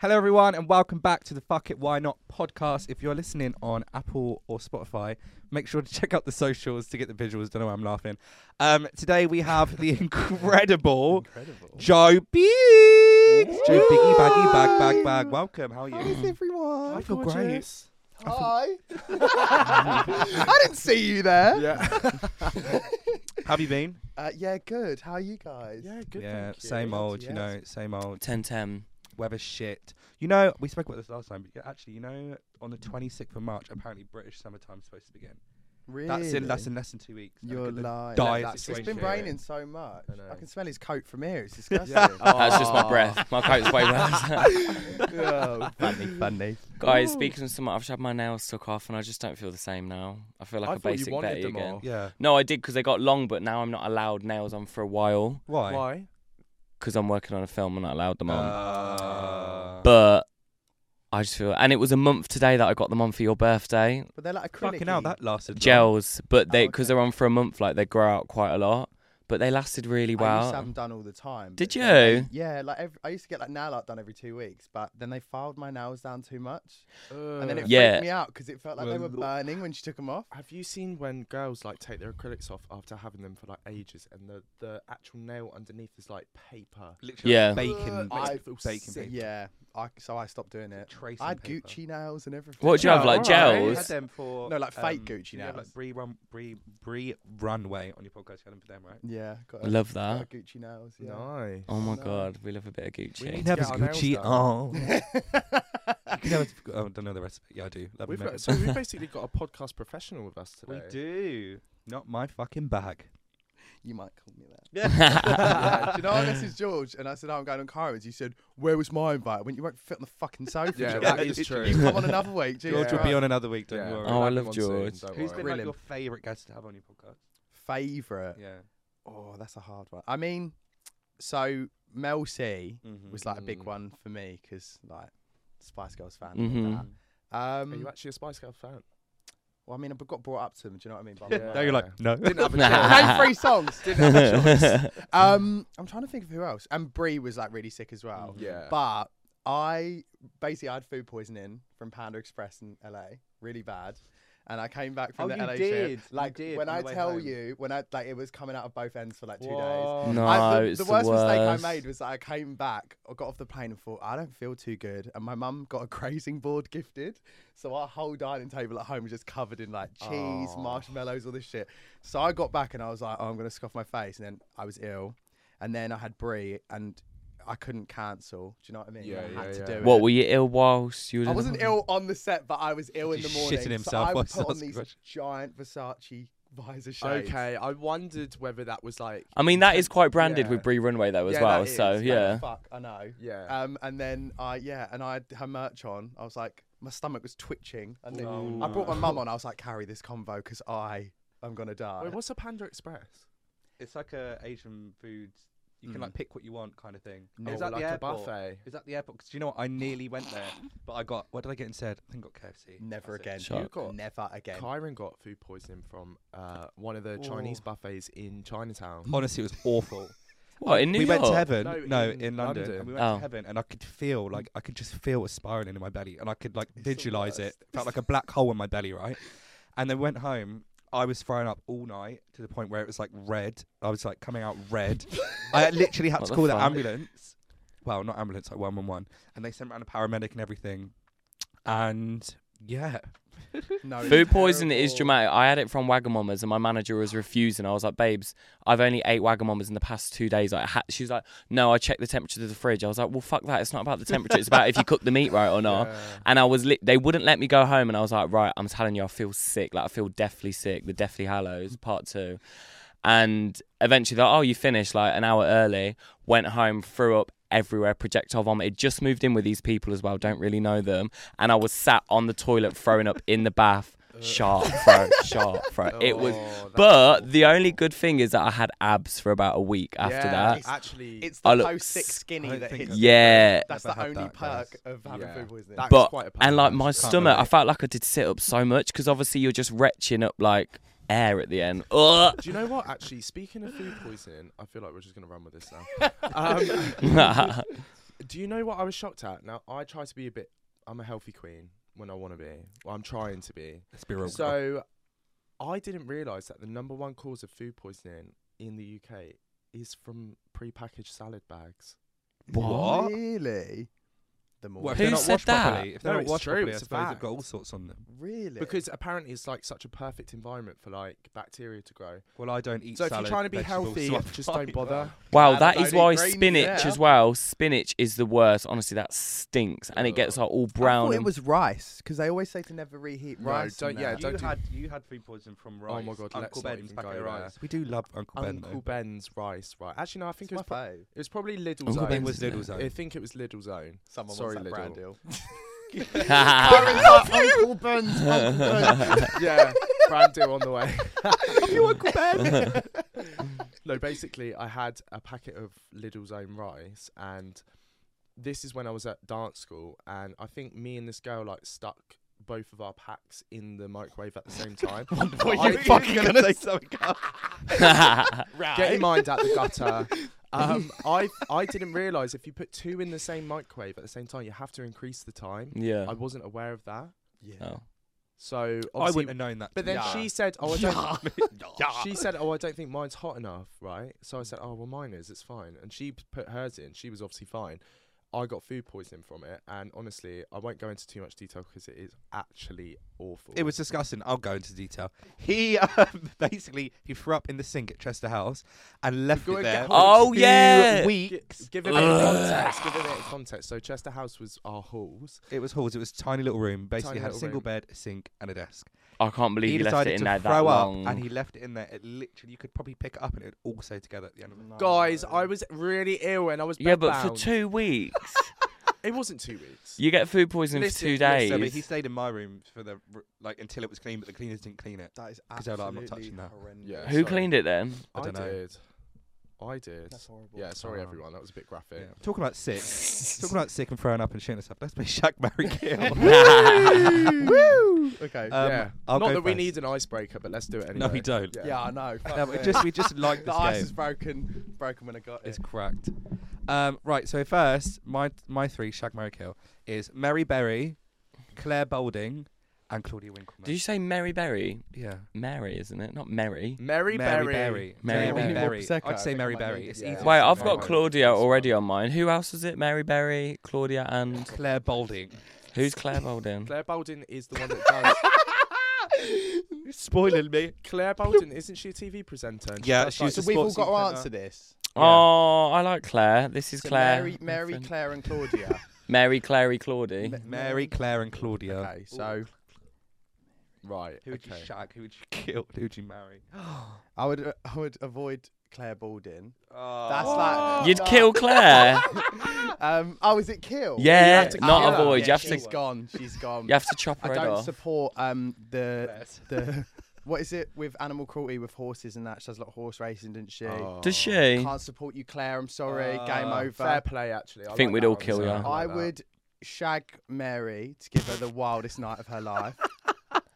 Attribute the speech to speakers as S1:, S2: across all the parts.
S1: Hello, everyone, and welcome back to the Fuck It Why Not podcast. If you're listening on Apple or Spotify, make sure to check out the socials to get the visuals. Don't know why I'm laughing. Um, today we have the incredible
S2: Incredible.
S1: Joe Biggs. Joe Biggie Baggy Bag
S2: Hi.
S1: Bag Bag. Welcome. How are
S2: How is
S1: you?
S2: everyone?
S1: I feel great.
S2: Gorgeous.
S3: Hi. I didn't see you there.
S2: Yeah.
S1: How have you been?
S3: Uh, yeah, good. How are you guys?
S2: yeah, good.
S1: yeah,
S2: thank you.
S1: same old.
S3: yes.
S1: You know, same old.
S4: 10 10.
S1: Weather shit. You know, we spoke about this last time, but yeah, actually, you know, on the 26th of March, apparently British summertime's supposed to begin.
S3: Really?
S1: That's in less than less than two weeks. Look
S3: You're
S1: at the
S3: lying.
S1: dire
S2: That's
S3: It's
S1: situation
S3: been
S2: strange,
S1: we're in.
S3: raining so much.
S2: I know.
S3: I, can smell his coat from here. It's disgusting.
S4: That's just my breath. My coat's way worse.
S3: oh, funny, funny.
S4: Guys, speaking of summer, I've just had my nails took off and I just don't feel the same now. I feel like
S2: I
S4: a
S2: thought you
S4: basic
S2: wanted
S4: Betty
S2: them
S4: again.
S2: off.
S1: Yeah.
S4: No, I did because they got long, but now I'm not allowed nails on for a while
S1: Why?
S2: Why?
S4: because I'm working on a film. I'm not allowed them on.
S1: Uh,
S4: but I just feel, and it was a month today that I got them on for your birthday
S3: But they're like acrylic.
S1: fucking hell, that lasted. long.
S4: gels, but they
S3: Oh,
S4: because
S3: okay.
S4: they're on for a month, like they grow out quite a lot, but they lasted
S3: I
S4: really
S3: used to have
S4: well.
S3: them done all the time.
S4: Did
S3: but then
S4: you?
S3: they- yeah, like every, I used to get like nail art done every two weeks, but then they filed my nails down too much, and
S1: Uh,
S3: then it
S4: Yeah.
S3: freaked me out because it felt like they were burning when she took them off.
S2: Have you seen when girls like take their acrylics off after having them for like ages, and the the actual nail underneath is like paper?
S1: Literally
S4: Yeah.
S1: Bacon.
S2: I
S1: bacon
S2: feel
S1: bacon
S2: sick.
S1: paper.
S3: Yeah, I, so I stopped doing it.
S1: Tracing
S3: I had
S1: paper.
S3: Gucci nails and everything.
S4: What do you have, like
S2: Yeah, alright.
S1: You had
S4: gels?
S1: them for
S3: No, like fake Gucci
S1: you had,
S3: nails.
S1: like Brie Run Brie Brie Runway on your podcast. You had them for them, right?
S3: Yeah, got a,
S4: Love
S3: got a
S4: that.
S3: Gucci nails. Yeah.
S2: Nice.
S4: Oh my
S3: No.
S4: god, we love a bit of Gucci.
S2: need to get our nails done.
S1: Oh. you know, it's, oh, I don't know the rest. Of it. Yeah, I do. Love
S2: We've
S1: them.
S2: got, so we've basically got a podcast professional with us
S1: we
S2: today.
S1: do. Not my fucking bag.
S3: You might call me that.
S4: Yeah.
S3: Yeah, do you know I messaged George and I said, oh, I'm going on Kyron's? You said, where was my invite? I went, you won't fit on the fucking sofa.
S2: Yeah,
S3: George.
S2: that is true.
S3: You come on another week. Jesus
S1: George will be
S3: Christ.
S1: on another week. Don't you worry.
S4: Oh, I
S2: We'll have
S4: love
S2: him on soon,
S4: George.
S1: Who's
S2: don't worry.
S1: been like
S3: Brilliant.
S1: your favourite guest to have on your podcast?
S3: Favourite.
S1: Yeah.
S3: Oh, that's a hard one. I mean, so Mel C
S1: Mm-hmm.
S3: was like a big
S2: Mhm.
S3: one for me because, like, Spice Girls fan.
S4: Mhm.
S3: mm
S2: Are you
S3: Um,
S2: actually a Spice Girl fan?
S3: well, I mean, I got brought up to them. Do you know what I mean? By
S2: Yeah.
S1: Now you're like no.
S2: Didn't have a
S4: Nah.
S2: choice.
S3: Name three songs. Didn't have a choice. Um, I'm trying to think of who else. And Brie was like really sick as well.
S2: Yeah.
S3: But I basically I had food poisoning from Panda Express in LA, really bad. And I came back from
S1: Oh,
S3: the
S1: you
S3: LA
S1: did.
S3: trip.
S1: You
S3: Like
S1: did
S3: when
S1: on
S3: I
S1: the way
S3: tell
S1: home.
S3: you, when I like it was coming out of both ends for like two days.
S2: Whoa.
S4: No,
S3: I, the,
S4: it's
S3: the
S4: the
S3: worst,
S4: worst.
S3: mistake I made was that I came back, I got off the plane and thought I don't feel too good, and my mum got a grazing board gifted, so our whole dining table at home was just covered in like cheese,
S2: Oh.
S3: marshmallows, all this shit. So I got back and I was like, oh, I'm gonna scoff my face, and then I was ill, and then I had brie, and I couldn't cancel. Do you know what I mean?
S2: Yeah,
S3: I
S2: yeah,
S3: had to
S2: yeah.
S3: do it.
S4: what were you ill whilst you were?
S3: I
S4: in the
S3: wasn't
S4: hospital?
S3: ill on the set, but I was ill in the
S1: Just
S3: morning.
S1: shitting
S3: so
S1: himself
S3: I
S1: whilst
S3: put on
S1: asking
S3: these
S1: questions.
S3: giant Versace visor shades.
S2: Okay, I wondered whether that was like.
S4: I mean, that is quite branded
S2: Yeah.
S4: with Brie Runway though as
S2: Yeah,
S4: well.
S2: that
S4: So
S2: is.
S4: yeah,
S3: Fuck, I know.
S2: Yeah.
S3: Um, and then I yeah, and I had her merch on. I was like, my stomach was twitching. I, knew-
S2: Oh,
S1: Ooh.
S3: I brought my mum on. I was like, carry this convo because I am gonna die.
S2: Wait, what's a Panda Express?
S1: It's like a Asian food. You can like pick what you want, kind of thing.
S3: No,
S1: is
S2: Oh,
S1: that
S2: like
S1: the
S2: a
S1: airport?
S2: buffet?
S1: Is that the airport? Because you know what? I nearly went there, but I got. What did I get instead? I think I got KFC.
S3: Never
S1: That's it.
S3: again.
S4: Shock.
S2: got-
S3: Never again.
S2: Kyron got food poisoning from uh, one of the Chinese
S1: Ooh.
S2: buffets in Chinatown.
S1: Honestly, it was awful.
S4: what in New
S1: we
S4: York?
S1: went to heaven. No,
S2: No,
S1: in, London.
S2: in London.
S1: And we went
S4: Oh.
S1: to heaven, and I could feel like I could just feel a spiraling in my belly, and I could like
S3: the
S1: visualize it.
S3: worst.
S1: Felt like a black hole in my belly, right? And then went home. I was throwing up all night to the point where it was like red. I was like coming out red. I literally had
S4: What
S1: to
S4: the
S1: call the,
S4: fuck?
S1: ambulance. Well, not ambulance, like one one one, and they sent around a paramedic and everything. And yeah,
S3: No, it's
S4: Food poisoning is
S3: terrible.
S4: dramatic. I had it from Wagamama's and my manager was refusing. I was like, babes, I've only ate Wagamama's in the past two days. I ha-. She was like, no, I checked the temperature of the fridge. I was like, well, fuck that. It's not about the temperature. It's about if you cook the meat right or not. And I was, li- they wouldn't let me go home. And I was like, right, I'm telling you, I feel sick. Like, I feel deathly sick. The Deathly Hallows, part two. And eventually, they're like, oh, you finished like an hour early. Went home, threw up everywhere, projectile vomited. Just moved in with these people as well. Don't really know them. And I was sat on the toilet, throwing up in the bath. Sharp throat, sharp throat. It was.
S2: Oh,
S4: But the only good thing is that I had abs for about a week after
S2: yeah,
S4: that.
S2: actually,
S3: It's
S4: I
S3: the
S4: look
S3: post six
S4: s-
S3: skinny
S1: I don't
S3: that
S1: think
S3: hits.
S1: I've
S3: you.
S4: Yeah.
S3: That's
S1: Never
S3: the
S1: had
S3: only
S1: that,
S3: perk
S1: guys.
S3: of having
S2: Yeah.
S3: food poisoning.
S2: That-
S4: but
S2: was quite a
S4: and like
S2: punch.
S4: my
S2: Can't
S4: stomach,
S1: relate.
S4: I felt like I did sit up so much because obviously you're just retching up like air at the end. Ugh.
S2: Do you know what? Actually, speaking of food poisoning, I feel like we're just gonna run with this now. um, Do you know what I was shocked at? Now I try to be a bit. I'm a healthy queen when I want to be. Well, I'm trying to be.
S1: Let's be real.
S2: So I didn't realise that the number one cause of food poisoning in the UK is from prepackaged salad bags.
S1: What?
S3: Really? The more.
S1: well, if
S4: Who
S1: they're not
S4: said
S1: washed
S4: that?
S1: properly, if
S2: No,
S1: they're not
S2: it's
S1: washed
S2: true,
S1: properly, I
S2: it's a
S1: suppose they've
S2: fact.
S1: got all sorts on them.
S3: really?
S2: Because apparently it's like such a perfect environment for like bacteria to grow.
S1: Well, I don't eat
S2: so if
S1: salad.
S2: you're trying to be
S1: vegetables,
S2: healthy,
S1: so I'm
S2: just
S1: fine.
S2: don't bother.
S4: Wow,
S3: Yeah,
S4: that
S3: I
S4: is
S3: don't
S4: why
S3: eat greens,
S4: spinach
S3: yeah.
S4: as well. Spinach is the worst. Honestly, that stinks, and it gets like all
S3: I
S4: brown.
S3: thought it
S4: and-
S3: was rice because they always say to never reheat
S2: No,
S3: rice.
S2: don't-
S3: in
S2: yeah,
S3: there.
S2: don't
S1: you
S2: do-
S1: had you had food poisoning from rice.
S2: Oh my God,
S1: Uncle
S2: let's not
S1: Ben's
S2: even
S1: packet
S2: go
S1: of
S2: there.
S1: rice. We do love Uncle Ben.
S2: Uncle
S1: though.
S2: Ben's rice, right? Actually, no, I think
S3: It's
S2: it
S3: my
S2: was pro-
S3: fave.
S2: it was probably Lidl's
S4: Uncle
S2: own.
S1: It
S4: Ben's
S1: was
S4: isn't it?
S1: Lidl's
S2: I
S1: own.
S2: think it was Lidl's own.
S3: Someone
S2: Sorry,
S3: wants that brand
S2: Lidl.
S3: deal.
S2: Uncle Ben's, Uncle Ben's. yeah, brand deal on the way.
S3: Uncle Ben.
S2: No, basically, I had a packet of Lidl's own rice, and this is when I was at dance school, and I think me and this girl like stuck both of our packs in the microwave at the same time.
S3: Were
S2: I-
S3: you fucking gonna say something? else?
S2: Get your mind out the gutter. Um, I I didn't realise if you put two in the same microwave at the same time, you have to increase the time. I
S4: yeah.
S2: wasn't aware of that.
S3: Yeah.
S4: Oh.
S2: So
S1: I
S2: obviously,
S1: wouldn't have known that.
S2: but then
S3: Yeah.
S2: she said, "Oh, I don't,
S3: Yeah.
S2: she said, "Oh, I don't think mine's hot enough, right?" So I said, "Oh, well, mine is. It's fine." And she p- put hers in. She was obviously fine. I got food poisoning from it, and honestly, I won't go into too much detail because it is actually awful.
S1: It was disgusting. I'll go into detail. He um, basically he threw up in the sink at Chester House and left
S2: Go
S1: it
S2: and get
S1: there.
S2: hold-
S4: Oh,
S1: for
S4: yeah.
S2: Gi-
S1: weeks.
S2: give it a bit of context. Give it a bit of context. So Chester House was our halls.
S1: It was halls. It was a tiny little room. Basically,
S2: Tiny
S1: had a
S2: little
S1: single
S2: room.
S1: bed, a sink, and a desk.
S4: I can't believe
S1: he
S4: you left
S1: decided
S4: it in
S1: to
S4: there that
S1: throw up,
S4: long.
S1: and he left it in there. It literally, you could probably pick it up, and it would all stay together at the end of it.
S2: Guys, I was really ill, and I was
S4: yeah, but for
S2: bedbound.
S4: two weeks,
S2: It wasn't two weeks.
S4: you get food poisoning for
S2: Listen,
S4: two
S2: listen,
S4: days.
S1: So, but he stayed in my room for the r- like until it was clean, but the cleaners didn't clean it.
S3: That is
S1: 'Cause they're
S3: absolutely
S1: like, I'm not touching that.
S3: horrendous.
S2: Yeah.
S4: Who
S2: sorry.
S4: cleaned it then?
S1: I don't know.
S2: Did. I did.
S3: That's horrible.
S2: Yeah, sorry
S1: Oh.
S2: everyone. That was a bit graphic.
S1: Yeah. Talking about sick, talking about sick and throwing up and shitting and stuff. Let's play Shaq Barry Kill.
S4: Woo!
S3: Woo! Okay.
S1: Um,
S2: Yeah.
S1: I'll
S2: Not
S1: go
S2: that we
S1: first.
S2: need an icebreaker, but let's do it anyway.
S1: No, we don't.
S2: Yeah.
S3: yeah, I know. fuck
S1: No, we
S3: me.
S1: just we just like
S3: the
S1: this
S3: ice
S1: game.
S3: is broken. Broken when I got
S1: It's
S3: it.
S1: cracked. Um, right. So first, my my three Shaq Barry Kill is Mary Berry, Claire Boulding, and Claudia Winkleman.
S4: Did you say Mary Berry?
S1: yeah.
S4: Mary, isn't it? Not Mary.
S1: Mary
S2: Mary, Berry.
S1: Berry. Mary
S4: Mary Berry.
S1: Berry.
S3: Prosecco, I
S1: I'd say
S3: think I
S1: Mary
S3: might
S1: Berry.
S3: need
S1: It's
S3: it.
S1: easy.
S3: Yeah.
S1: to
S4: Wait,
S1: say
S4: I've
S1: Mary
S4: got
S1: Berry.
S4: Claudia already on mine. Who else was it? Mary Berry, Claudia, and
S1: Claire Boulding.
S4: who's Claire Bolden?
S2: Claire Baldwin is the one that does.
S1: Spoiling me.
S2: Claire Baldwin, isn't she a TV presenter? And she
S1: Yeah,
S2: does,
S1: she's
S3: So
S1: a
S2: like,
S1: the
S3: we've all
S1: sports
S3: got
S1: influencer.
S3: to answer this.
S4: Oh, I like Claire. This is
S3: So
S4: Claire.
S3: Mary, Mary,
S4: Nothing.
S3: Claire, and Claudia.
S4: Mary, Clary, Claudy.
S1: Mary, Claire, and Claudia.
S3: Okay, so
S2: right.
S1: Who would
S2: okay.
S1: you shag? Who would you kill? Who would you marry?
S3: I would uh, I would avoid Claire Balding.
S1: Oh.
S3: That's like
S4: You'd
S3: no.
S4: kill Claire.
S3: Um, oh, is it kill?
S4: Yeah,
S3: You have to
S4: not
S3: kill her.
S4: avoid, you
S3: Yeah,
S4: have to-
S3: She's gone. She's gone.
S4: you have to chop
S3: I
S4: her head
S3: don't
S4: off.
S3: support um the the what is it with animal cruelty with horses and that? She does a lot of horse racing, didn't
S2: Oh.
S3: she?
S4: Does she?
S3: Can't support you, Claire. I'm sorry. Game
S1: Oh,
S3: over.
S2: Fair play, actually. I
S4: Think
S2: like
S4: we'd
S2: that
S4: all
S2: one,
S4: kill
S2: so
S4: ya.
S2: like
S3: I
S2: that.
S3: would shag Mary to give her the wildest night of her life.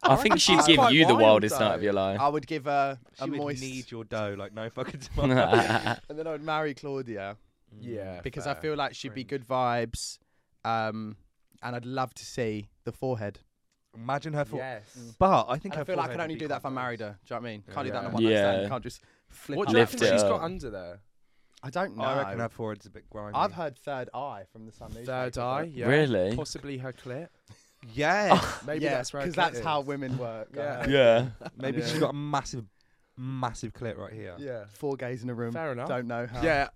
S4: I think she'd
S3: she's
S4: give
S2: quite
S4: you the
S2: wild,
S4: wildest night of
S2: though. Oh,
S4: your life.
S3: I would give her
S1: She
S3: a
S1: would
S3: moist,
S1: need your dough like no fucking tomorrow.
S4: Claire
S3: and then I would marry Claudia
S2: Yeah.
S3: because I
S2: fair.
S3: feel like she'd be good vibes, um, and I'd love to see the forehead.
S1: Imagine her for.
S4: Mm.
S2: Yes.
S1: But I think
S3: And I
S1: her
S3: feel like I
S1: forehead
S3: can
S1: would
S3: only
S1: be
S3: do that if I
S1: quite
S3: married
S1: nice.
S3: her. Do you know what I mean? Can't do that on
S1: Yeah.
S3: one night stand.
S4: Yeah.
S3: You can't just flip.
S2: What
S3: her
S2: do you
S4: Lift
S2: reckon
S4: it
S2: she's
S4: up.
S2: got under there?
S3: I don't know.
S1: I reckon her forehead's a bit grimy.
S3: I've heard third eye from the Sun.
S2: Third eye. Yeah.
S4: Really?
S2: Possibly her clit.
S1: Yeah.
S2: Maybe that's right.
S3: because that's how women work. Uh, I
S2: Yeah.
S3: heard.
S4: Yeah.
S1: Maybe
S3: Yeah.
S1: she's got a massive, massive clit right here.
S2: Yeah.
S3: Four gays in a room.
S2: Fair enough.
S3: Don't know how.
S2: Yeah.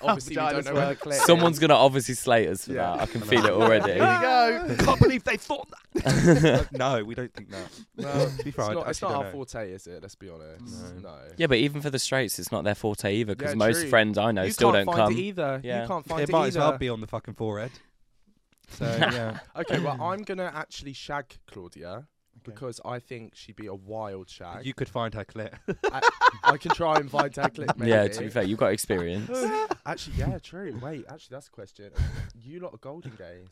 S2: Obviously, we
S3: vaginas
S2: don't know where
S3: work.
S2: the clit. is.
S4: Someone's gonna obviously slate us for
S2: Yeah.
S4: that. I can feel it already.
S3: Here we go.
S1: Can't believe they thought that. no, we don't think that.
S2: Well,
S1: To be
S2: it's
S1: fair, I
S2: not, it's
S1: actually don't
S2: not our
S1: know.
S2: forte, is it? Let's be honest.
S1: No.
S2: No.
S4: Yeah, but even for the straights, it's not their forte either because
S2: Yeah,
S4: most
S2: true.
S4: friends I know
S2: you
S4: still
S2: can't
S4: don't
S2: find
S4: come.
S2: it either.
S4: Yeah.
S2: You can't find
S1: It
S2: it,
S1: might as
S2: either.
S1: well be on the fucking forehead. So yeah.
S2: Okay, well, I'm gonna actually shag Claudia
S3: Okay.
S2: because I think she'd be a wild shag.
S1: You could find her clit.
S2: I can try and find her clip. Maybe.
S4: Yeah, to be fair, you've got experience.
S2: Actually, yeah, true. Wait, actually, that's a question. You lot are golden gays.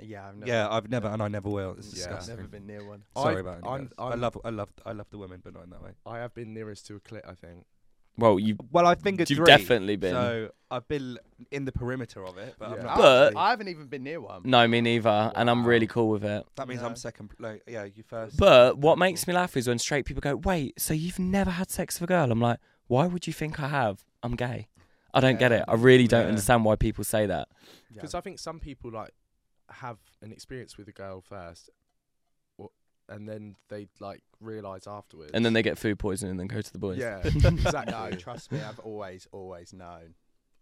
S3: Yeah, I've never,
S1: yeah, I've never and I never will. It's
S2: Yeah.
S1: disgusting.
S3: never been near one.
S1: Sorry
S2: I've-
S1: about it.
S2: I'm-
S1: guys. i
S2: I'm-
S1: love I love I love the women, but not in that way.
S2: I have been nearest to a clit, I think.
S4: Well, you
S1: Well, I fingered
S4: you've
S1: three.
S4: definitely been.
S1: So I've been in the perimeter of it, but
S2: Yeah.
S1: I'm
S3: I
S1: not.
S4: But-
S3: haven't- I haven't even been near one.
S4: No, me neither, and I'm
S3: Wow.
S4: really cool with it.
S1: that means
S3: No.
S1: I'm second. No, yeah, you first.
S4: But what makes me laugh is when straight people go, "Wait, so you've never had sex with a girl?" I'm like, "Why would you think I have? I'm gay." I don't get it. I really don't
S1: Yeah.
S4: understand why people say that.
S2: Because I think some people like have an experience with a girl first, or, and then they like realize afterwards.
S4: And then they get food poisoning and then go to the boys.
S2: yeah,
S3: No,
S2: exactly.
S3: trust me, I've always, always known,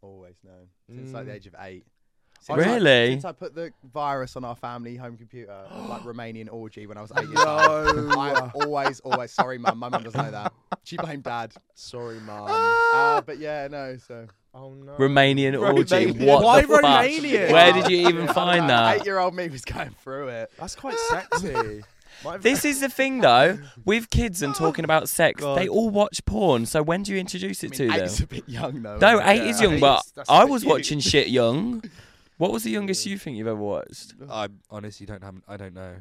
S3: always known since like the
S2: Mm.
S3: age of eight.
S2: I
S3: Since I-
S4: Really?
S3: since I put the virus on our family home computer, of, like Romanian orgy when I was eight years old.
S2: no,
S3: I've always, always. Sorry, mum. My mum doesn't know that. She blamed dad.
S2: sorry, mum.
S3: Uh, but yeah, no. So
S2: oh no.
S4: Romanian orgy.
S1: Romanian.
S4: What
S2: Why
S4: the fuck?
S2: Romanian?
S4: Where did you even
S3: Uh,
S4: find that?
S3: Eight-year-old me was going through it.
S2: That's quite sexy. Might have-
S4: This is the thing though, with kids and talking about sex,
S1: God.
S4: they all watch porn. So when do you introduce
S3: I
S4: it
S3: mean,
S4: to
S3: eight's
S4: them?
S3: a bit young though.
S4: No,
S3: isn't it?
S4: eight is
S2: yeah,
S4: young,
S2: eight's-
S4: but
S2: that's
S4: I
S2: a bit
S4: was
S2: young.
S4: watching shit young. What was the youngest you think you've ever watched?
S1: I honestly don't have. I don't know.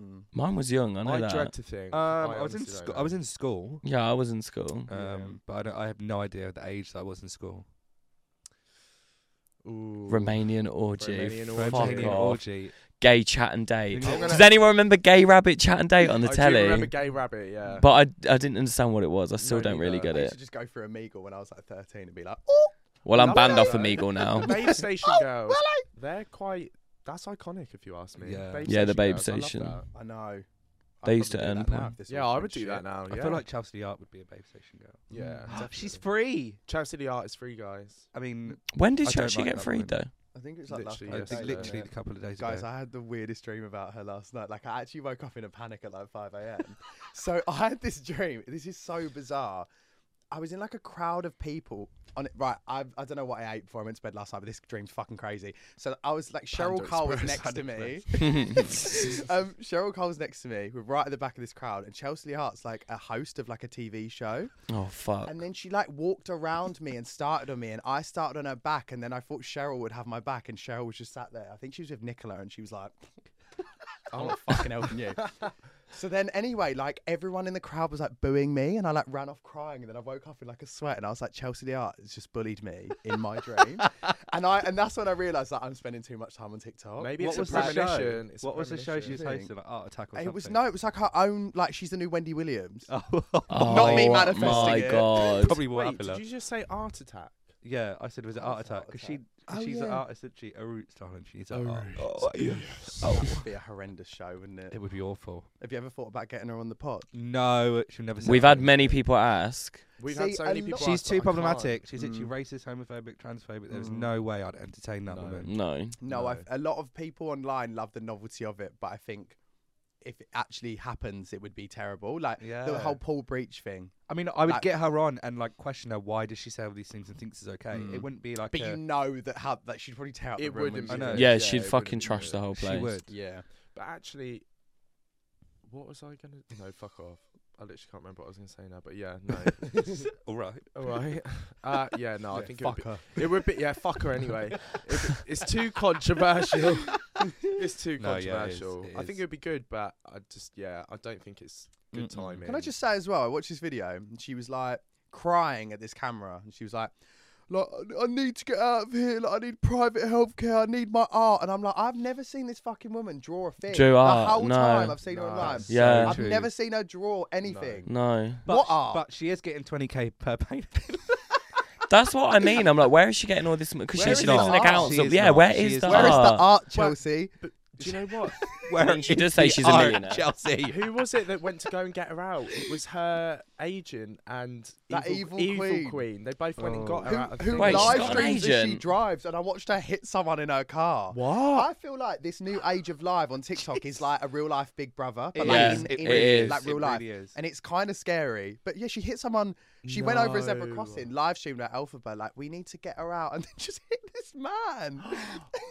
S3: Mm.
S4: Mine was young. I know
S2: I
S4: that.
S2: dread to think.
S1: Um, I, was in.
S2: honestly
S1: Sco-
S2: don't
S1: I was
S2: know.
S1: in school.
S4: yeah, I was in school.
S1: Um,
S2: Yeah.
S1: but I, don't, I have no idea the age that I was in school.
S2: Ooh.
S4: Romanian orgy.
S2: Romanian
S4: Fuck
S1: Romanian
S4: off.
S1: orgy.
S4: Gay chat and date.
S1: I'm gonna-
S4: Does anyone remember Gay Rabbit chat and date on the
S2: I do remember
S4: telly?
S2: Gay Rabbit, yeah.
S4: But I, I didn't understand what it was. I still
S2: No,
S4: don't really
S2: neither.
S4: get
S3: I used
S4: it.
S3: to just go through Amigo when I was like 13 and be like, oh,
S4: Well, I'm
S2: Love
S4: banned
S2: that,
S4: off
S2: though.
S4: Amigo now.
S2: The Babe Station
S3: oh,
S2: girls,
S3: hello.
S2: they're quite. That's iconic, if you ask me.
S1: Yeah.
S4: Yeah, the Babe
S2: girls, I love
S4: Station.
S2: that.
S3: I know. I'd
S4: They used
S3: probably
S4: to
S3: do
S4: earn
S3: that now
S4: porn.
S3: if this
S2: Yeah,
S3: all
S2: I
S3: went
S2: would do
S3: shit.
S2: that now.
S1: I
S2: yeah.
S1: feel like Chelsea Art would be a babe station girl.
S2: Yeah.
S1: She's
S2: definitely.
S1: free.
S2: Trav City Art is free, guys.
S1: I mean,
S4: When did
S1: I
S4: she
S1: don't
S4: actually
S1: like
S4: get
S1: that
S4: freed
S1: one.
S4: though?
S3: I think it was like
S1: I think
S3: last
S2: Literally Yes, I
S3: Thursday,
S2: know.
S1: literally a
S3: wasn't it?
S1: couple of days
S3: Guys,
S1: ago.
S3: I had the weirdest dream about her last night. Like, I actually woke up in a panic at like 5 a.m. so I had this dream. This is so bizarre. I was in like a crowd of people. On it, right, I, I don't know what I ate before I went to bed last night, but this dream's fucking crazy. So I was like, Cheryl
S2: Panda
S3: Cole was next
S2: Express,
S3: to
S2: Panda
S3: me.
S2: Express.
S3: um, Cheryl Cole's next to me. We're right at the back of this crowd, and Chelsea Hart's like a host of like a TV show.
S4: Oh fuck!
S3: And then she like walked around me and started on me, and I started on her back. And then I thought Cheryl would have my back, and Cheryl was just sat there. I think she was with Nicola, and she was like, "I'm not fucking helping you." So then, anyway, like everyone in the crowd was like booing me, and I like ran off crying. And then I woke up in like a sweat, and I was like, "Chelsea the Art has just bullied me in my dream." and I and that's when I realized that I'm spending too much time on TikTok.
S2: Maybe
S1: what
S2: it's
S1: was
S2: a
S1: the
S2: premonition.
S1: show?
S2: It's a
S1: What was the show she was
S2: premonition.
S1: hosting? Like Art Attack or something?
S3: It was no, it was like her own. Like she's the new Wendy Williams.
S4: Oh,
S3: Not me manifesting
S4: my
S3: it.
S4: god!
S1: Probably what
S2: Wait,
S1: happened.
S2: did
S1: love.
S2: you just say Art Attack?
S1: Yeah, I said was it
S3: Oh,
S1: Art
S3: it's Art
S1: Attack? Because she, 'cause
S3: Attack.
S1: she's
S3: Oh,
S1: an
S3: yeah.
S1: artist, isn't she? A roots darling. She's a art. Oh,
S3: That would be a horrendous show, wouldn't it?
S1: It would be awful.
S3: Have you ever thought about getting her on the pod?
S1: No, she'll never. say
S4: We've
S1: that.
S4: had many people ask.
S2: We've
S3: See,
S2: had so
S3: a
S2: many
S3: lot-
S2: people.
S1: She's
S2: ask, but I
S1: too
S2: can't.
S1: problematic. She's actually
S3: Mm.
S1: racist, homophobic, transphobic. There's
S3: Mm.
S1: no way I'd entertain that
S2: No.
S1: woman.
S4: No.
S3: No,
S2: No.
S3: I've, a lot of people online love the novelty of it, but I think if it actually happens, it would be terrible. Like the
S1: Yeah.
S3: whole Paul Breach thing.
S1: I mean, I would
S3: Like-
S1: get her on and like question her why does she say all these things and thinks it's okay.
S3: Mm.
S1: It wouldn't be like
S3: But
S1: a,
S3: you know that how that she'd probably tear up the
S2: It
S3: room.
S2: wouldn't.
S1: I
S3: when
S1: know.
S3: she-
S4: Yeah,
S2: Yeah, it
S4: she'd
S2: wouldn't
S4: fucking
S2: be
S4: trash
S2: good.
S4: the whole
S1: she
S4: place.
S1: would.
S3: Yeah.
S2: But actually, what was I gonna? No, fuck off. I literally can't remember what I was gonna say now. But yeah, no.
S1: All right.
S2: All right. Uh, yeah, no. I think it
S3: fuck
S2: would, be,
S3: her.
S2: it would be. Yeah, fuck her anyway. It- it's too controversial. it's too
S1: No, yeah, it is,
S2: controversial.
S1: it
S2: I
S1: is.
S2: think it would be good, but I just yeah, I don't think it's good
S1: Mm-mm.
S2: timing.
S3: Can I just say as well? I watched this video and she was like crying at this camera, and she was like. Like, I- I need to get out of here. Like, I need private healthcare. I need my art. And I'm like, I've never seen this fucking woman draw a thing.
S4: Draw
S3: the
S4: art,
S3: whole
S4: no.
S3: time I've seen her
S2: No,
S3: online.
S2: that's
S4: so Yeah.
S3: I've
S1: true.
S3: never seen her draw anything.
S4: No.
S1: But,
S3: What
S1: sh-
S3: art?
S1: But she is getting 20k per painting.
S4: That's what I mean. I'm like, where is she getting all this money? Because she
S1: Where
S4: lives
S1: is
S4: in
S1: the
S4: a
S1: art?
S4: council.
S1: She is
S4: yeah,
S1: not.
S4: where
S1: She
S4: is
S1: is
S4: the
S1: not.
S3: Where is the
S4: art?
S3: art, Chelsea?
S2: Do you know what?
S1: Where
S4: She
S1: is
S4: does say
S1: the
S4: she's a
S1: art,
S4: millionaire.
S1: Chelsea.
S2: Who was it that went to go and get her out? It was her agent and
S3: That evil queen.
S2: They both went and got her
S3: who
S2: out of
S3: who
S2: things.
S4: Wait, she's
S3: live
S4: got an
S3: streams as she
S4: agent?
S3: drives, and I watched her hit someone in her car.
S2: What?
S3: I feel like this new age of live on TikTok is like a real life Big Brother,
S1: It
S3: but like,
S4: is,
S3: in,
S4: it
S3: in-
S4: is.
S3: like real
S1: It
S3: life,
S1: really is.
S3: and it's kind of scary. But yeah, she hit someone. She went over a zebra
S2: No.
S3: crossing, live streamed at Alphaba. Like, we need to get her out, and then just hit this man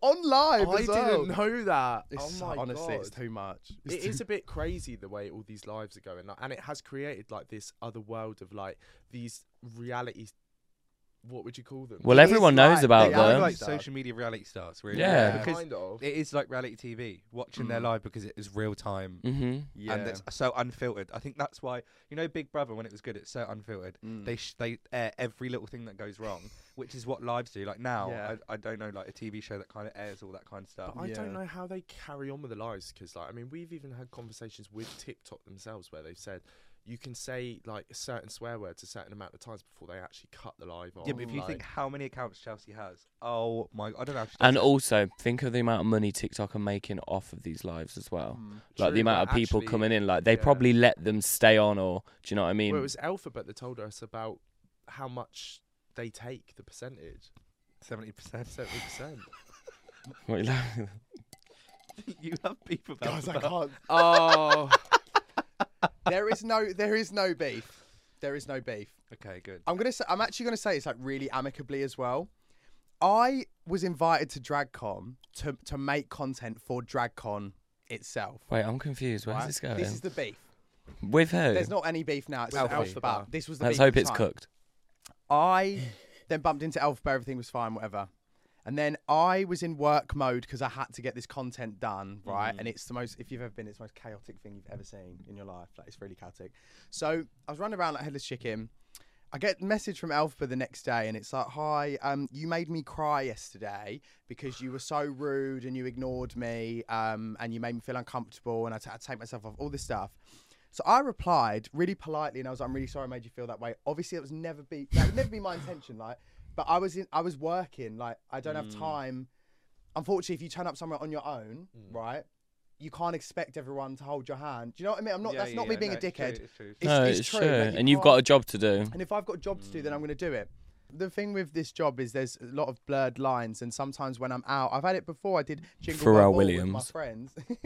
S3: on live
S2: I
S3: as well.
S2: didn't know that.
S3: It's
S2: oh my
S3: honestly,
S2: God.
S3: it's too much. It's
S2: it
S3: too-
S2: is a bit crazy the way all these lives are going like, and it has created like this other world of like these reality what would you call them?
S4: Well,
S3: It is
S4: everyone knows
S3: like-
S4: about
S1: They are
S4: them.
S3: like-
S1: social media reality stars, really.
S4: Yeah.
S1: Because
S2: kind of.
S1: it is like reality TV, watching their
S3: Mm.
S1: live because it is real time.
S4: mm-hmm.
S3: Yeah.
S1: And it's so unfiltered. I think that's why you know Big Brother when it was good, it's so unfiltered.
S3: Mm.
S1: They sh- they air every little thing that goes wrong, which is what lives do. Like now,
S3: Yeah.
S1: I, I don't know, like a TV show that kind of airs all that kind of stuff.
S2: But I
S3: Yeah.
S2: don't know how they carry on with the lies because, like, I mean, we've even had conversations with TikTok themselves where they've said you can say like a certain swear words a certain amount of times before they actually cut the live off.
S1: yeah, but if you
S2: like-
S1: think how many accounts Chelsea has, oh my, I don't know. How she does
S4: And
S1: it.
S4: also, think of the amount of money TikTok are making off of these lives as well.
S3: Mm.
S4: Like
S2: True,
S4: the amount
S2: but
S4: of people
S2: actually-
S4: coming in, like they
S2: yeah.
S4: probably let them stay on, or do you know what I mean?
S2: well, it was Alphabet that told us about how much they take the percentage,
S1: seventy percent.
S2: seventy percent.
S4: What you like-
S1: you have beef about
S3: Guys, I
S1: that.
S3: can't.
S2: Oh,
S3: there is no. There is no beef. There is no beef.
S1: Okay, good.
S3: I'm gonna say I'm actually gonna say it's like really amicably as well. I was invited to DragCon to to make content for DragCon itself.
S4: Wait, I'm confused. Where's
S3: right?
S4: this going?
S3: is the beef.
S4: With who?
S3: There's not any beef now. It's
S2: With
S3: Alpha,
S2: Alpha
S3: but
S2: Bar.
S3: this was the
S4: Let's
S3: beef at
S4: hope
S3: the
S4: it's
S3: time.
S4: cooked.
S3: I then bumped into Alpha Bear, everything was fine, whatever. And then I was in work mode because I had to get this content done, right?
S4: Mm.
S3: And it's the most, if you've ever been, it's the most chaotic thing you've ever seen in your life. Like, it's really chaotic. So I was running around like headless chicken. I get a message from Alpha the next day, and it's like, "Hi, um, you made me cry yesterday because you were so rude and you ignored me, um, and you made me feel uncomfortable, and I t- I take myself off all this stuff." So I replied really politely, and I was like, "I'm really sorry I made you feel that way. Obviously, that was never be that would never be my intention, like, but I was in, I was working, like, I don't
S1: Mm.
S3: have time. Unfortunately, if you turn up somewhere on your own,
S1: Mm.
S3: right, you can't expect everyone to hold your hand. Do you know what I mean? I'm not.
S1: Yeah,
S3: that's
S1: yeah,
S3: not me
S1: yeah,
S3: being
S1: no, it's
S3: a
S1: true,
S3: dickhead.
S1: it's true.
S3: It's-
S4: no,
S3: it's true, like, you
S4: and you've
S3: can't-
S4: got a job to
S2: Mm-hmm.
S4: do.
S3: And if I've got a job to do, then
S2: Mm.
S3: I'm going to do it. The thing with this job is there's a lot of blurred lines, and sometimes when I'm out, I've had it before. I did Jingle
S4: Pharrell
S3: Bell Ball with my
S4: Williams.
S3: friends.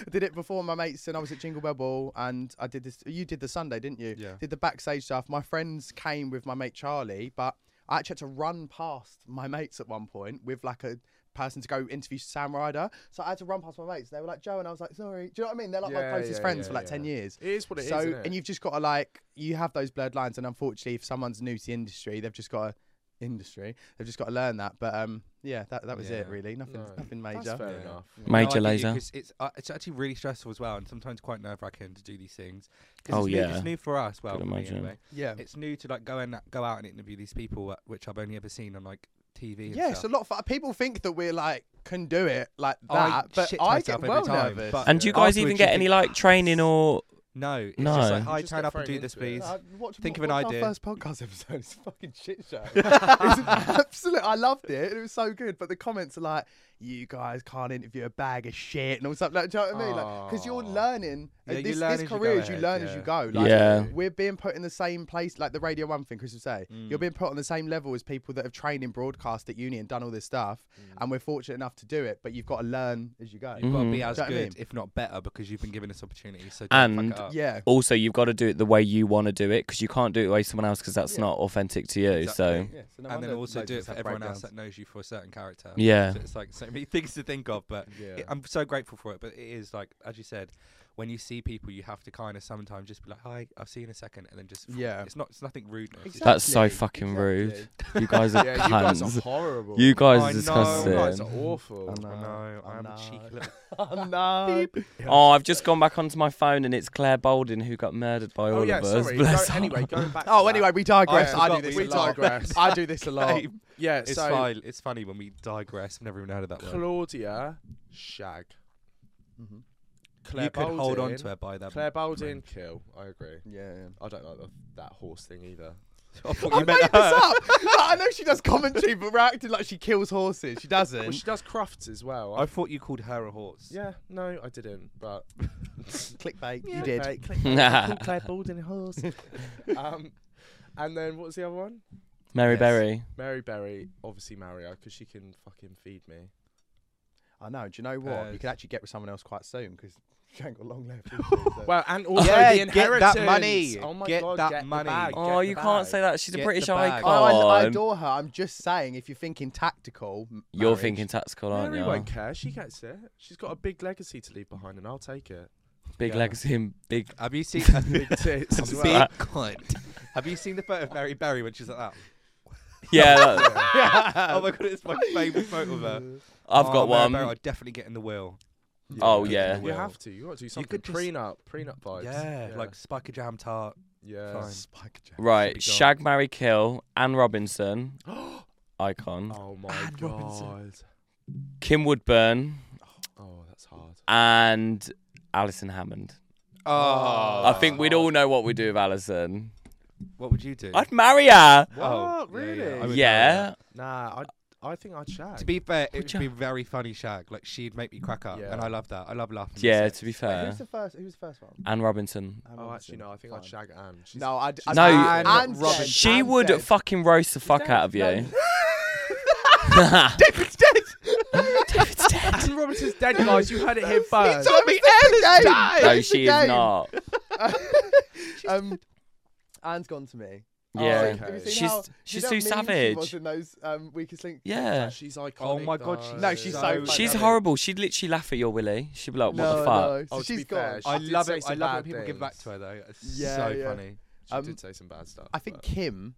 S3: I did it before my mates, and I was at Jingle Bell Ball, and I did this. You did the Sunday, didn't you?
S1: Yeah.
S3: Did the backstage stuff. My friends came with my mate Charlie, but I actually had to run past my mates at one point with like a person to go interview Sam Ryder. So I had to run past my mates. They were like Joe, and I was like, sorry. Do you know what I mean? They're like my
S2: Yeah,
S3: closest
S2: yeah,
S3: friends
S2: yeah,
S3: for like
S2: yeah.
S3: ten years
S2: it is what it is.
S3: so
S2: isn't it?
S3: and you've just got to like you have those blurred lines and unfortunately if someone's new to the industry they've just got to industry they've just got to learn that but um yeah that, that was it
S1: Yeah.
S3: really nothing
S2: No,
S3: nothing major
S2: That's fair
S1: Yeah.
S2: enough.
S1: No, I
S4: Major
S1: get you,
S4: laser.
S1: 'cause It's, uh, it's actually really stressful as well, and sometimes quite nerve wracking to do these things. 'Cause
S4: Oh,
S1: it's new,
S4: yeah.
S1: it's new for us. Well,
S4: Could
S1: for me
S4: imagine.
S1: anyway.
S3: yeah
S1: It's new to like go and go out and interview these people, uh, which I've only ever seen on like TV. And
S3: yeah it's
S1: stuff.
S3: a lot of people think that we're like can do it like that
S1: I
S3: but
S1: shit
S3: i
S1: myself
S3: get
S1: every
S3: well
S1: time,
S3: nervous
S1: but-
S4: And do you guys
S1: Afterwards,
S4: even
S1: you
S4: get
S1: think-
S4: any like training or?
S1: No, it's just like
S4: No.
S1: hi,
S2: Just
S1: turn
S2: get
S1: up and
S2: thrown
S1: do this,
S2: into it.
S1: please.
S3: No, I- what-
S1: Think of
S3: what-
S1: an
S3: what's
S1: idea.
S3: Our first podcast episode is a fucking shit show. it's absolute. I loved it. It was so good. But the comments are like, "You guys can't interview a bag of shit" and all stuff. Like, do you know what I mean? Like, because you're
S2: Aw.
S3: learning.
S1: Yeah, you
S3: this,
S1: learn
S3: this
S1: as you go
S3: career is you
S1: ahead,
S3: learn as
S1: yeah.
S3: you go. Like,
S4: Yeah.
S3: We're being put in the same place, like the Radio One thing, Chris would say.
S1: Mm.
S3: You're being put on the same level as people that have trained in broadcast at uni and done all this stuff, and we're fortunate enough to do it. But you've got to learn as you go.
S1: Mm.
S4: Mm-hmm.
S1: You've got to be as
S3: Do you know
S1: good,
S3: what I mean?
S1: if not better, because you've been given this opportunity. So don't fuck
S4: And-
S1: it up.
S3: Yeah.
S4: Also, you've got to do it the way you want to do it because you can't do it the way someone else because that's
S3: Yeah.
S4: not authentic to you. So,
S3: Yeah, so
S1: and then
S3: no wonder
S1: also
S3: loads
S1: do
S3: of
S1: it
S3: us
S1: for
S3: have
S1: everyone
S3: breakdowns.
S1: else that knows you for a certain character.
S4: Yeah.
S1: So it's like so many things to think of, but
S2: Yeah.
S1: it, I'm so grateful for it. But it is like, as you said, when you see people, you have to kind of sometimes just be like, "Hi, I'll see you in a second,and then just
S3: Yeah.
S1: it's not it's nothing rudeness. It's
S4: That's so
S3: Exactly,
S4: fucking
S3: exactly.
S4: rude. you guys are
S2: Yeah, you guys
S4: cunts.
S2: are horrible. Oh,
S4: You guys
S1: I
S4: are
S1: know,
S4: disgusting.
S2: You guys are awful.
S1: just, I know, I am a cheeky little.
S3: oh no.
S4: Oh, I've just gone back onto my phone and it's Claire Bolden who got murdered by all
S2: Oh yeah,
S4: of us.
S2: sorry.
S4: Bless
S2: Go,
S4: her.
S2: anyway, going back.
S3: Oh,
S2: to
S3: anyway,
S2: that.
S3: we digress.
S1: I
S3: I,
S1: forgot
S3: do this
S1: we
S3: a lot.
S2: digress.
S3: I do this a lot.
S1: Same.
S2: yeah.
S1: It's
S2: so
S1: fine. It's funny when we digress. I've never even heard of that word.
S2: Claudia Shag. Mm-hmm.
S3: Mhm.
S2: Claire
S1: you could hold on
S2: Baldwin-
S1: to her by that.
S2: Claire Baldwin, kill. I agree.
S3: Yeah.
S2: I don't like the, that horse thing either.
S1: I thought
S2: Oh,
S3: I
S1: you meant
S3: made this
S1: her.
S3: up. Like, I know she does commentary, but we're acting like she kills horses. She doesn't.
S2: Well, she does crafts as well.
S1: I thought you called her a horse.
S2: yeah, no, I didn't. But
S3: Clickbait. You did.
S2: Clickbait, clickbait. Call Claire Baldwin a horse. um, and then what was the other one?
S4: Mary
S3: Yes.
S4: Berry.
S2: Mary Berry, obviously marry her because she can fucking feed me.
S3: I know. Do you know what?
S1: Uh,
S3: you could actually get with someone else quite soon because she ain't got long left.
S2: Well, and also
S1: Yeah,
S2: the
S1: get that
S2: inheritance.
S1: money.
S2: Oh my
S1: Get
S2: god,
S1: that
S2: get the
S1: money.
S2: bag,
S4: Oh,
S2: get the
S4: you can't
S2: bag.
S4: say that. She's
S1: Get
S4: a
S1: the
S4: British
S1: bag.
S4: icon.
S1: Oh,
S3: I, I adore her. I'm just saying, if you're thinking tactical, m-
S4: You're
S3: marriage-
S4: thinking tactical, aren't
S2: Mary
S4: you?
S2: won't care. She gets it. She's got a big legacy to leave behind, and I'll take it.
S4: Big
S1: Yeah.
S4: legacy and big.
S1: Have you seen
S2: Big tits as
S1: big
S2: well.
S1: cunt? Have you seen the photo of Mary Berry when she's like that?
S4: Yeah, that-
S1: oh my god, it's my favourite photo of her.
S4: I've
S1: Oh,
S4: got
S1: Mary
S4: one.
S1: Barrow, I'd definitely get in the wheel.
S4: Oh,
S1: I'd get
S4: yeah.
S1: in the
S2: You
S1: wheel.
S2: have to. You got to do something.
S1: could just-
S2: prenup, prenup vibes.
S1: Yeah, like spike a jam tart.
S2: yeah.
S3: Spike Jones.
S4: Right,
S1: Should be gone.
S4: Shag, Marry, Kill, Anne Robinson, icon,
S2: Oh my
S1: Anne
S2: god.
S1: Robinson.
S4: Kim Woodburn,
S2: Oh, that's hard.
S4: and Alison Hammond.
S1: Oh,
S4: I think we'd all know what we do with Alison.
S1: what would you do?
S4: I'd marry her.
S1: Oh,
S2: What?
S1: yeah, yeah,
S2: Really?
S1: I would marry
S4: yeah.
S1: her.
S2: Nah, I I think I'd shag.
S1: To be fair, it
S4: Would
S1: would be very funny shag. Like she'd make me crack up,
S2: Yeah.
S1: and I love that. I love laughing.
S4: Yeah, to be
S3: Wait,
S4: fair. Oh,
S3: who's the first? Who's the first one?
S4: Anne Robinson.
S3: Anne
S2: oh,
S3: Robinson.
S2: actually no. I think I'd
S3: Fine.
S2: shag Anne. She's-
S3: No, I'd, I'd
S4: No,
S3: Anne
S2: Anne
S3: Robinson.
S2: Robinson.
S4: She
S3: Anne's
S4: would
S3: dead.
S4: fucking roast the fuck
S3: dead.
S4: out of you.
S3: No.
S4: David's dead.
S2: Anne Robinson's dead, guys. You heard it here first.
S3: Tommy Ellis died.
S4: no, she is not.
S3: um, Anne's gone to me. Oh,
S4: Yeah.
S2: okay.
S3: Have you seen
S4: She's
S3: how-
S4: she's
S3: you know
S4: too
S3: how mean She was
S4: savage.
S3: in those um, weakest link.
S4: Yeah.
S2: She's iconic.
S1: Oh my god, she's
S3: No, she's so so funny.
S4: She's
S3: Like,
S4: horrible. She'd literally laugh at your willy. She'd be like, "What
S3: no,
S4: the fuck?"
S3: no. So
S2: Oh, to
S3: she's
S2: be
S3: gone.
S2: fair, she-
S1: I
S2: did
S1: love
S2: say
S1: it. I
S2: some
S1: love
S2: bad
S1: when people give back to her though. It's
S3: Yeah,
S1: so
S3: yeah.
S1: funny.
S2: She
S3: Um,
S2: did say some bad stuff.
S3: I think
S2: but-
S3: Kim,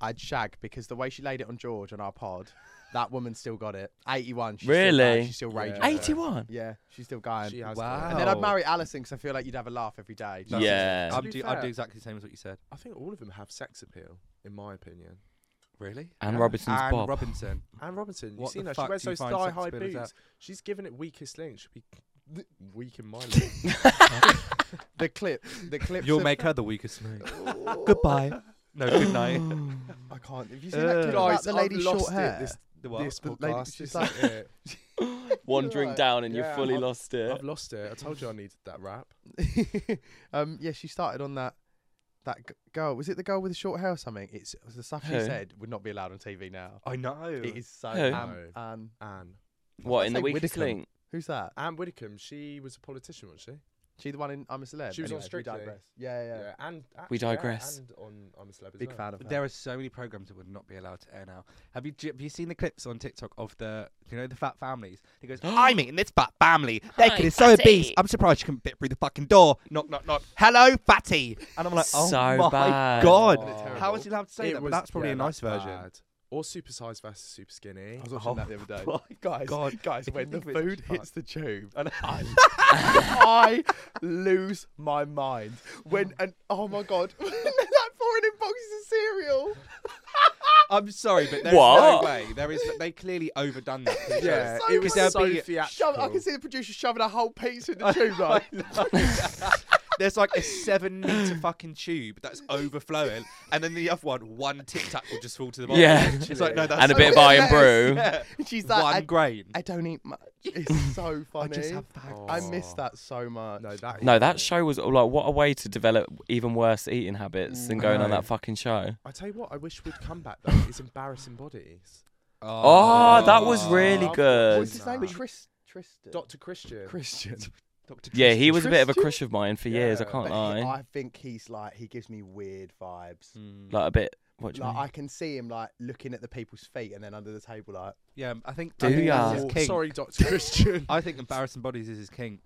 S3: I'd shag because the way she laid it on George on our pod, that woman still got it. 81. She's Still
S4: Really?
S3: bad, she's still raging.
S2: Yeah.
S3: Yeah.
S4: 81.
S3: she's still going.
S2: She has
S1: Wow.
S3: and then I'd marry Alison because I feel like you'd have a laugh every day.
S1: That's-
S4: Yeah.
S1: I'd
S2: To be
S1: do, I'd
S2: fair-
S1: do exactly the same as what you said.
S2: I think all of them have sex appeal, in my opinion.
S1: Really?
S4: Anne Robinson's
S1: Anne
S4: Bob.
S1: Robinson.
S2: Anne Robinson, you
S1: What
S2: seen
S1: the
S2: her? She
S1: fuck
S2: wears
S1: do you
S2: those
S1: find sex
S2: thigh-high
S1: appeal is
S2: boots.
S1: that?
S2: She's given it weakest link. She'd be weak in my link.
S3: The clip, the clip.
S1: You'll make her the weakest mate. Goodbye. No, good night.
S3: I can't. Have you seen that clip
S1: Uh,
S3: about the lady
S2: I've
S3: short
S2: lost
S3: hair?
S2: It. This,
S1: The what?
S2: this
S3: The lady-
S2: podcast
S3: she's
S2: is
S3: like-
S2: it.
S4: One drink
S3: Right.
S4: down and you've
S2: Yeah,
S4: fully
S2: I've-
S4: lost it.
S2: I've lost it. I told you I needed that rap.
S3: um, yeah, she started on that that g- girl. Was it the girl with the short hair or something? It's the stuff she
S4: Who?
S3: said would not be allowed on TV now.
S1: I know.
S3: It is so.
S4: Who?
S3: Um,
S2: No.
S3: um,
S2: Anne.
S4: What in the
S3: Say
S4: weakest
S3: Widdicombe.
S4: link?
S3: who's that?
S2: Anne Widdicombe, she was a politician, wasn't
S3: She the one in I'm a Celeb.
S2: She was on
S3: Anyway, we
S2: Strictly.
S3: digress. Yeah,
S2: she?
S3: yeah. yeah.
S2: And
S4: We
S2: actually, yeah,
S4: digress.
S2: and on I'm a Celeb as
S3: Big
S2: well.
S3: fan of her.
S1: There are so many programs that would not be allowed to air now. Have you do- have you seen the clips on TikTok of the you know the fat families? He goes, I'm eating this fat family. Their
S4: Hi,
S1: kid is so obese.
S4: fatty."
S1: I'm surprised you can fit through the fucking door. Knock knock knock. Hello, fatty. And I'm like, oh
S4: So
S1: my
S4: bad.
S1: god.
S2: Oh.
S1: How was you allowed to say
S2: It
S1: that?
S2: was-
S1: but that's probably
S2: yeah,
S1: a nice
S2: that's
S1: version.
S2: bad. Or supersized versus super skinny.
S3: I was watching
S1: Oh
S3: that the other day.
S1: my
S3: guys,
S1: God.
S3: guys,
S1: If you
S3: when the
S1: think of it,
S3: food
S1: it's
S3: hits the tube,
S1: I know.
S3: I lose my mind. When and oh my god, when they're like pouring in boxes of cereal.
S1: I'm sorry, but there's
S4: What?
S1: no way. There is. They clearly overdone that. to the
S2: yeah,
S3: so
S2: it was
S1: funny.
S2: so
S1: Because there'd be-
S3: Shove, I
S2: theatrical.
S3: can see the producer shoving a whole pizza in the tube. Like,
S1: There's like a seven meter fucking tube that's overflowing, and then the other one, one tic tac will just fall to the bottom.
S4: Yeah.
S1: it's like no, that's
S4: And a
S1: so
S4: bit of
S1: much
S4: iron
S1: less.
S4: brew.
S1: Yeah.
S3: and she's like,
S1: one
S3: I,
S1: grain.
S3: I don't eat much. It's so funny. I,
S1: fag.
S3: miss that so much.
S2: Oh. No, that
S4: No,
S2: is-
S4: that show was like what a way to develop even worse eating habits than going on
S1: No.
S4: that fucking show.
S2: I tell you what, I wish we'd come back though. It's embarrassing bodies.
S4: Oh, that was
S2: Oh.
S4: really good.
S3: What's his name?
S2: But-
S3: Tris- Tristan.
S2: Doctor Christian.
S3: Christian.
S1: Dr.
S4: Yeah, he was a bit of a
S3: Christian?
S4: crush of mine for years. I
S2: Yeah.
S4: can't
S3: But he-
S4: lie.
S3: I think he's like he gives me weird vibes.
S4: Like a bit. Mm, What do you
S3: Like
S4: mean?
S3: I can see him like looking at the people's feet and then under the table like
S1: yeah, I think.
S4: Do
S1: I think
S4: ya?
S1: that's
S2: Oh,
S1: his kink.
S2: sorry, Doctor Christian.
S1: I think embarrassing bodies is his kink.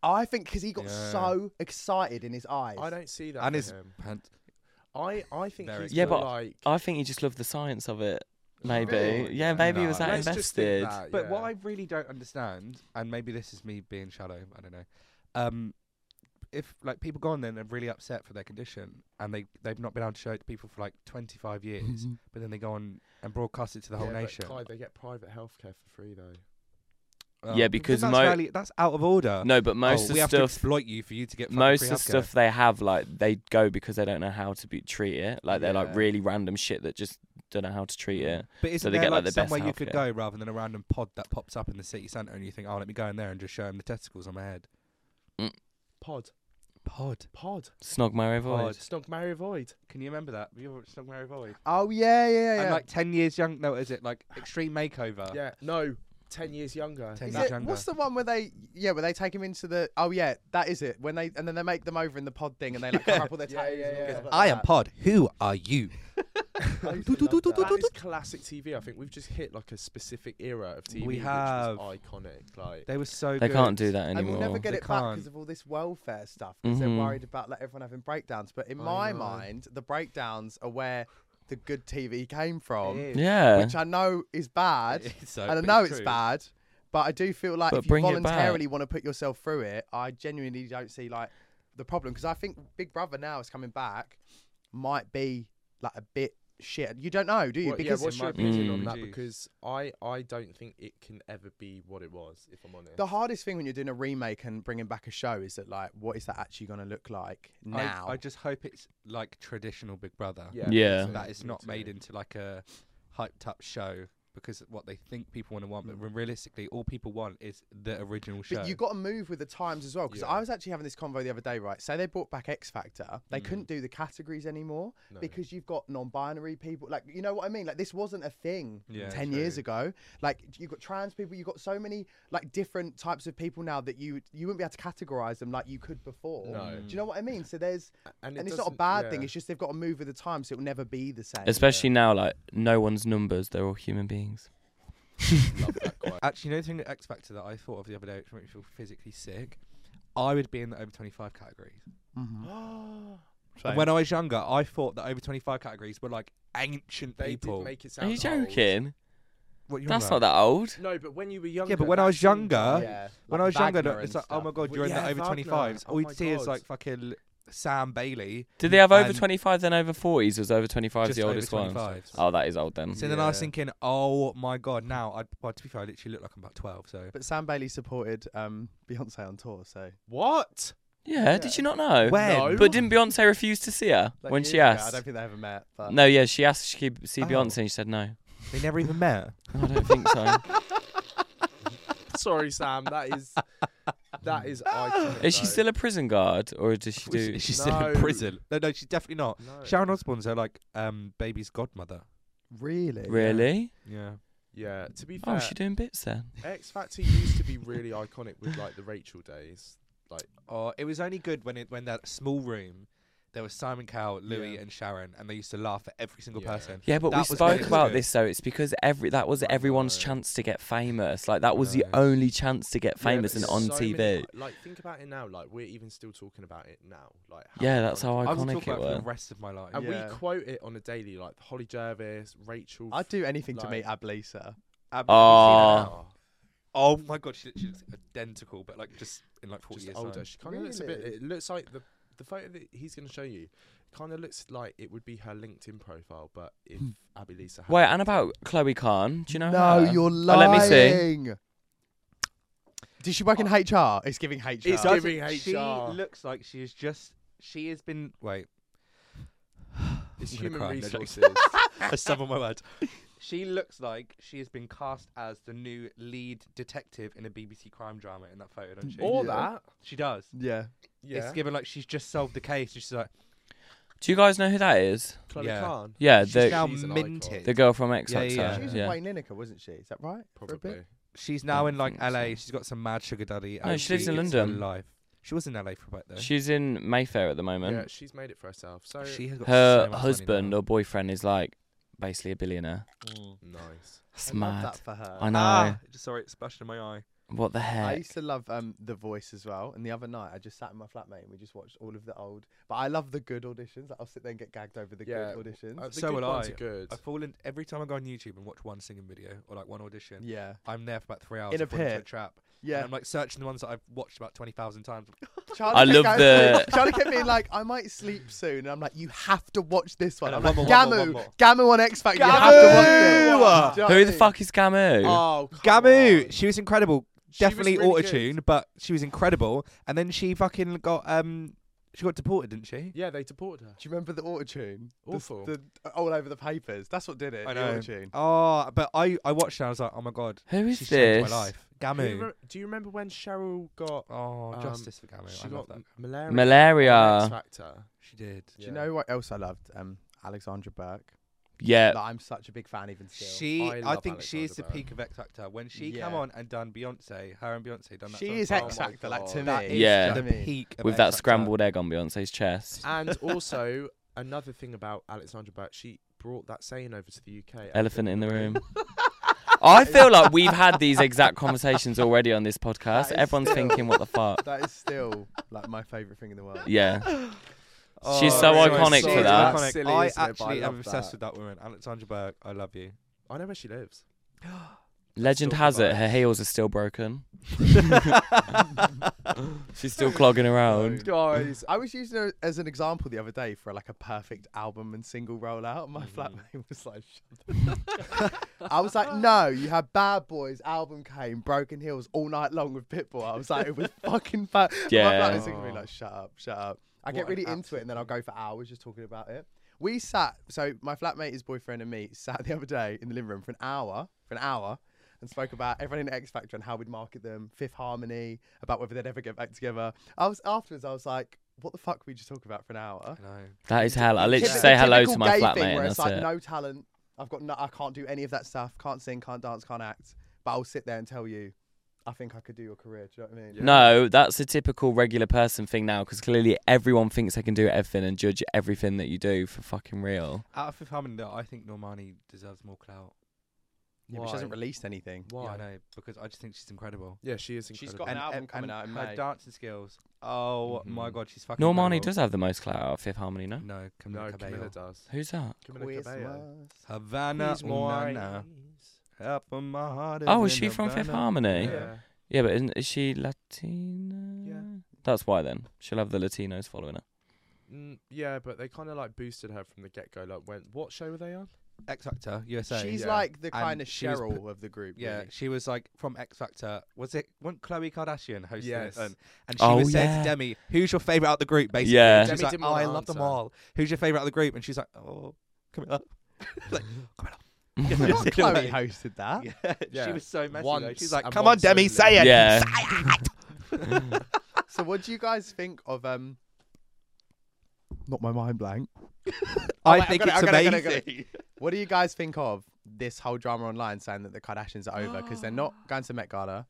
S3: I think because he got
S1: Yeah.
S3: so excited in his eyes.
S2: I don't see that.
S1: And
S2: for
S1: his
S2: him.
S1: pants.
S2: I, I think
S1: Very
S2: he's
S4: Yeah,
S2: more
S4: but
S2: like.
S4: I think he just loved the science of it. Maybe.
S2: Really?
S4: Yeah, maybe he was
S1: No.
S4: that
S2: Let's just think
S4: invested.
S2: that,
S1: But
S2: yeah.
S1: what I really don't understand, and maybe this is me being shallow, I don't know. Um, if like people go on then they're really upset for their condition and they they've not been able to show it to people for like 25 years, but then they go on and broadcast it to the whole
S2: Mm-hmm. Yeah, but
S1: nation.
S2: Clive, they get private healthcare for free though.
S1: Oh.
S4: Yeah, because
S1: that's,
S4: mo-
S1: rarely- that's out of order.
S4: No, but
S1: Oh,
S4: most
S1: we
S4: of
S1: have to
S4: stuff
S1: exploit you for you to get fucking
S4: most
S1: free
S4: of the
S1: healthcare.
S4: stuff they have like they go because they don't know how to be, treat it like they're like
S2: Yeah.
S4: really random shit that just don't know how to treat it
S1: But isn't
S4: they
S1: there
S4: get, like,
S1: like,
S4: the best
S1: somewhere you could
S4: healthcare.
S1: go rather than a random pod that pops up in the city centre and you think, oh, let me go in there and just show him the testicles on my head?
S2: Pod,
S1: Pod.
S2: pod,
S4: snog my void
S2: snog, marry, avoid.
S1: Can you remember that? You ever Snug Mary Void?
S3: Oh yeah, yeah, yeah.
S1: And like 10 years young, no, is it like Extreme Makeover?
S2: Yeah, no, ten years younger.
S1: 10
S3: Is
S1: That's
S3: it,
S1: younger.
S3: what's the one where they yeah where they take him into the oh yeah that is it when they and then they make them over in the pod thing and they like cover up all their
S2: Yeah,
S3: tattoos
S2: yeah,
S3: and all
S2: yeah.
S3: stuff like
S1: I am
S3: that.
S1: Pod. Who are you?
S3: I used
S1: Do,
S3: to
S1: do,
S3: love
S1: do, do,
S3: that.
S1: do,
S2: That
S1: do.
S2: is classic TV. I think we've just hit like a specific era of TV,
S1: We have.
S2: which was iconic. Like,
S1: They were so
S4: they
S1: good.
S4: can't do that
S3: and
S4: anymore
S3: we'll never get
S1: They
S3: it back
S1: can't. Mm-hmm.
S3: because of all this welfare stuff because
S4: Mhm.
S3: they're worried about like everyone having breakdowns but in
S2: I
S3: my
S2: know.
S3: mind the breakdowns are where the good TV came from,
S2: It is.
S4: Yeah.
S3: which I know is bad,
S1: So,
S3: and I
S1: but
S3: know it's
S1: true.
S3: bad. But I do feel like
S4: But
S3: if you
S4: bring it back.
S3: voluntarily want to put yourself through it, I genuinely don't see like the problem because I think Big Brother now is coming back might be like a bit shit. You don't know, do you?
S2: What- yeah,
S3: because
S2: what's
S1: it
S2: your
S1: might be
S2: opinion on that?
S1: reduced.
S2: Because I, I don't think it can ever be what it was, if I'm honest.
S3: the hardest thing when you're doing a remake and bringing back a show is that like, what is that actually going to look like
S1: I-
S3: now?
S1: I, just hope it's like traditional Big Brother.
S2: Yeah. me
S4: Yeah.
S2: too,
S1: That it's
S2: me
S1: not
S2: too.
S1: made into like a hyped up show because of what they think people want to want, but realistically, all people want is the original show.
S3: Mm. But you got to move with the times as well. Because
S2: Yeah.
S3: I was actually having this convo the other day, right? Say they brought back X Factor, they
S2: Mm.
S3: couldn't do the categories anymore
S2: No.
S3: because you've got non-binary people. Like, you know what I mean? Like, this wasn't a thing
S1: Yeah,
S3: ten years
S1: true.
S3: ago. Like, you've got trans people, you've got so many like different types of people now that you you wouldn't be able to categorize them like you could before.
S2: No.
S3: Do you know what I mean? So there's and,
S2: it
S3: it's not a
S2: doesn't-
S3: bad thing.
S2: yeah.
S3: It's just they've got to move with the times, so it'll never be the same.
S4: Especially now, like no one's numbers; they're all human beings.
S2: Love that quote.
S1: Actually, you know the thing that X Factor that I thought of the other day, which made me feel physically sick. I would be in the over twenty five categories. And when I was younger, I thought the over twenty five categories were like ancient
S2: They
S1: people.
S2: did make it sound
S4: Are you
S2: old.
S4: joking?
S1: What you
S4: That's
S1: remember?
S4: not that old.
S2: No, but when you were younger.
S1: Yeah, but when I
S2: that
S1: was
S2: seemed
S1: younger,
S2: like-
S3: Yeah.
S1: when I
S3: Like
S1: was younger,
S3: Wagner
S1: it's
S3: and
S1: like, oh my
S3: stuff.
S1: god,
S2: Well,
S1: you're in
S2: yeah,
S1: the over
S2: Wagner.
S1: twenty fives.
S2: Oh
S1: All you'd
S2: my
S1: see is
S2: God.
S1: like fucking Sam Bailey.
S4: Did they have over
S1: And-
S4: 25 then over 40s? Was over 25
S1: Just
S4: the
S1: over
S4: oldest one?
S1: 25s.
S4: Oh, that is old then.
S1: So then I was
S2: Yeah.
S1: thinking, oh my god, now I well, to be fair, I literally look like I'm about twelve. So
S3: But Sam Bailey supported um, Beyonce on tour, so
S2: What?
S4: Yeah, did you not know?
S1: When?
S2: No.
S4: But didn't Beyonce refuse to see her
S3: Like,
S4: when
S3: years
S4: she
S3: ago, I
S4: asked?
S3: don't think they ever met. But
S4: No, yeah, she asked if she could see
S1: Oh.
S4: Beyonce and she said no.
S1: they never even met.
S4: I don't think so.
S2: Sorry, Sam. That is that is iconic.
S4: is she
S2: though.
S4: still a prison guard or does she do?
S1: She's, she's still in
S2: No.
S1: prison. No, no, she's definitely not.
S2: No.
S1: Sharon Osbourne's her like um baby's godmother.
S3: really,
S4: Really?
S1: Yeah.
S2: Yeah. To be
S4: Oh,
S2: fair,
S4: is she doing bits then?
S2: X Factor used to be really iconic with like the Rachel days.
S1: Oh, it was only good when it when that small room. There was Simon Cowell, Louis,
S2: Yeah.
S1: and Sharon, and they used to laugh at every single
S2: Yeah.
S1: person.
S4: Yeah, but
S1: That was
S4: we spoke
S1: really
S4: about
S1: good.
S4: this though. It's because every that was
S2: I
S4: everyone's
S2: know.
S4: chance to get famous. Like that was the
S1: know.
S4: only chance to get
S2: Yeah, but
S4: famous and
S2: there's
S4: on
S2: so
S4: TV.
S2: many- like think about it now. Like we're even still talking about it now. Like how
S4: Yeah, that's how
S1: I will
S4: iconic
S1: talk
S4: it
S1: about it for
S4: was.
S1: the rest of my life.
S2: And
S3: Yeah.
S2: we quote it on a daily, like Holly Jervis, Rachel.
S3: I'd do anything to
S2: Like-
S3: meet Ablisa.
S1: Ab-
S4: Oh.
S1: have you seen her now? oh my god, she literally looks identical, but like just in like forty
S2: just
S1: years
S2: older.
S1: time.
S2: She kind of looks a bit.
S3: Really?
S2: It looks like the the photo that he's going to show you kind of looks like it would be her LinkedIn profile, but if
S1: Hmm.
S2: Abby Lisa. had
S4: Wait,
S2: a
S4: and
S2: LinkedIn.
S4: about Chloe Khan? Do you know?
S3: No,
S4: her?
S3: you're
S4: Oh,
S3: lying.
S4: let me see.
S3: Did she work in HR? It's giving HR.
S2: It's
S1: Doesn't-
S2: giving
S1: She
S2: HR.
S1: looks like she is just. She has been. Wait.
S2: It's
S1: I'm gonna
S2: human
S1: cry, no joke.
S2: resources.
S1: I stumbled my words. She looks like she has been cast as the new lead detective in a BBC crime drama in that photo, doesn't she?
S2: All
S3: Yeah.
S2: that.
S1: she does.
S3: yeah.
S2: Yeah.
S1: It's given like sheven just solved the case. and She's like,
S4: Do you guys know who that is?
S2: Chloe
S1: Yeah.
S2: Khan.
S4: Yeah,
S1: she's
S4: Uh, the
S1: now
S2: She's an icon.
S1: minted.
S4: the girl from X
S1: Yeah, yeah,
S4: Factor.
S1: yeah.
S3: She was with Wayne Lineker, wasn't she? Is that right? For a
S2: Probably.
S3: bit?
S1: She's now in
S4: Don't
S1: like
S4: think
S1: LA.
S4: so.
S1: She's got some mad sugar daddy.
S4: No,
S1: and
S4: she lives in
S1: is her
S4: London.
S1: Life. She was in LA for a bit though.
S4: She's in Mayfair at the
S2: Yeah,
S4: moment.
S2: she's made it for herself. So
S1: She has got
S4: her
S1: so much money
S4: husband
S1: now.
S4: or boyfriend is like basically a billionaire.
S2: Mm. nice.
S4: That's
S3: I love
S4: mad.
S3: that for her.
S4: I know.
S1: Ah, just- sorry, it splashed in my eye.
S4: What the
S3: I
S4: heck?
S3: used to love um, The Voice as well. And the other night, I just sat in my flatmate and we just watched all of the old. But I love the good auditions. Like, I'll sit there and get gagged over the
S2: Yeah.
S3: good auditions.
S2: Uh, the
S1: So
S2: good
S1: will
S2: ones
S1: I.
S2: Are good.
S1: I fall in every time I go on YouTube and watch one singing video or like one audition.
S3: yeah.
S1: I'm there for about three hours.
S3: In a
S1: falling into
S3: pit.
S1: trap. Yeah.
S3: Yeah.
S1: I'm like searching the ones that I've watched about twenty thousand times.
S3: Charlie
S4: I
S3: kept
S4: love
S3: going
S4: the-
S3: through- Charlie kept being like, I might sleep soon. And I'm like, you have to watch this one.
S1: And
S3: I'm
S1: one more, one
S3: like,
S1: more, one
S3: Gamu.
S1: more.
S3: Gamu on X Factor. You have to watch it.
S1: Gamu!
S3: Do you know what I
S4: Who the
S3: mean?
S4: fuck is Gamu?
S3: Ah.
S2: Oh, come
S1: Gamu,
S2: on.
S1: she was incredible.
S2: She was
S1: Definitely
S2: really
S1: auto tune, but she was incredible. And then she fucking got um, she got deported, didn't she?
S2: Yeah, they deported her.
S3: Do you remember the auto tune?
S2: Awful.
S3: The, uh, all over the papers. That's what did it.
S1: I
S3: the
S1: know.
S3: auto-tune.
S1: Oh, but I I watched her. I was like, oh my god,
S4: Who is
S1: she's changed
S4: this?
S1: my life.
S2: Do you,
S1: Gamu.
S2: remem- do you remember when Cheryl got?
S1: Oh,
S2: Um,
S1: justice for Gamu.
S2: she
S1: I love
S2: got
S1: that.
S2: m- malaria.
S4: Malaria.
S2: on X Factor.
S1: She did.
S3: Do you know what else I loved? Um, Alexandra Burke.
S4: Yeah.
S3: Like, I'm such a big fan even still.
S1: She,
S2: I
S1: I,
S2: love
S1: think she is the
S2: Alexandra
S1: peak of X Factor. When she come
S3: Yeah.
S1: on and done Beyonce, her and Beyonce done that.
S3: She
S1: song
S3: is
S1: together.
S3: X
S2: Oh my
S3: Factor, like to
S2: God.
S3: me.
S1: That
S3: do you
S4: Yeah.
S3: know
S1: the
S3: what I mean?
S1: peak of
S4: With
S1: X
S4: that
S1: Factor.
S4: scrambled egg on Beyonce's chest.
S2: And also another thing about Alexandra Burke, she brought that saying over to the UK.
S4: Elephant in the room. I feel like we've had these exact conversations already on this podcast.
S3: That is
S4: Everyone's
S3: still-
S4: thinking, what the fuck?
S3: That is still like my favorite thing in the world.
S4: Yeah. She's so
S1: really?
S4: iconic
S1: She's
S4: for that.
S1: Oh, iconic.
S2: Silly,
S1: I
S2: isn't it? But I
S1: actually am
S2: love
S1: obsessed
S2: that.
S1: with that woman, Alexandra Berg. I love you.
S2: I know where she lives.
S4: Legend
S2: Still
S4: has it,
S2: provides.
S4: her heels are still broken. She's still clogging around.
S3: Guys, I was using her as an example the other day for like a perfect album and single rollout. and My
S4: Mm-hmm.
S3: flatmate was like, Shut up. I was like, no, you had Bad Boys, album came, Broken Hills all night long with Pitbull. I was like, it was fucking bad.
S4: Yeah.
S3: My flatmate's looking at me like, shut up, shut up. I
S2: What
S3: get
S2: an
S3: really into
S2: absolute
S3: it and then I'll go for hours just talking about it. We sat, so my flatmate, his boyfriend, and me sat the other day in the living room for an hour, for an hour, and spoke about everyone in X Factor and how we'd market them, Fifth Harmony, about whether they'd ever get back together. I was afterwards, I was like, what the fuck we just talk about for an hour?
S4: That is hell. I
S3: Typ-
S4: literally
S3: the
S4: say hello to
S3: typical
S4: my
S3: gay
S4: flatmate
S3: thing Where
S4: and
S3: it's
S4: that's
S3: like
S4: it.
S3: no talent. I've got no. I can't do any of that stuff. Can't sing. Can't dance. Can't act. But I'll sit there and tell you. I think I could do your career. Do you know what I mean?
S4: No, that's a typical regular person thing now because clearly everyone thinks they can do everything and judge everything that you do for fucking real.
S1: Out of Fifth Harmony, though, I think Normani deserves more clout.
S3: Yeah, but she hasn't
S2: Why?
S3: released anything.
S1: Yeah,
S2: Why?
S1: I know because I just think she's incredible.
S2: Yeah, she is incredible.
S3: She's got an album
S1: and-
S3: coming
S1: and
S3: out in
S1: her
S3: May.
S1: dancing skills. Oh my
S2: Mhm.
S1: god, she's fucking.
S4: Normani
S1: incredible.
S4: does have the most clout out of Fifth Harmony, no?
S1: No, Camila
S2: No,
S1: Cabello.
S2: Camilla does.
S4: Who's that?
S2: Camilla Cabello.
S3: Christmas.
S1: Havana,
S2: Please,
S1: oh,
S2: Maureen.
S1: nana. Up on my heart is
S4: Oh, is
S1: in
S4: she from Fifth
S1: Havana.
S4: Harmony? Yeah,
S2: Yeah.
S4: but isn't, is she Latina?
S2: Yeah.
S4: That's why then. She'll have the Latinos following her.
S2: Mm, yeah, but they kind of like boosted her from the get go. Like, when what show were they on?
S1: X Factor, USA.
S3: She's
S2: yeah.
S3: like the
S1: And
S3: kind of
S1: she was
S3: Cheryl
S1: put-
S3: of the group.
S1: Yeah,
S3: really.
S1: she was like from X Factor. Was it when Chloe Kardashian hosted
S2: Yes.
S1: it? And, and she
S4: Oh,
S1: was saying
S4: yeah.
S1: to Demi, "Who's your favorite out of the group?" Basically,
S4: Yeah.
S1: and she's
S2: Demi
S1: like,
S2: didn't
S1: "Oh, I
S2: wanna
S1: love them
S2: answer.
S1: all. Who's your favorite out of the group?" And she's like, "Oh, Camilla." like,
S3: I thought
S1: Yes,
S3: Chloe
S1: anyway.
S3: hosted that.
S1: yeah, she
S2: Yeah.
S1: was so messy. though.
S2: Once
S1: She's like,
S2: and
S1: "Come on,
S2: once
S1: Demi,
S2: only."
S1: say it."
S4: Yeah.
S3: So what do you guys think of um? Not my mind blank. Oh,
S1: I
S3: wait, I've
S1: think
S3: got it,
S1: it's
S3: I've got it, I've got it, I've got
S1: amazing.
S3: it. What do you guys think of this whole drama online saying that the Kardashians are over because they're not going to Met Gala,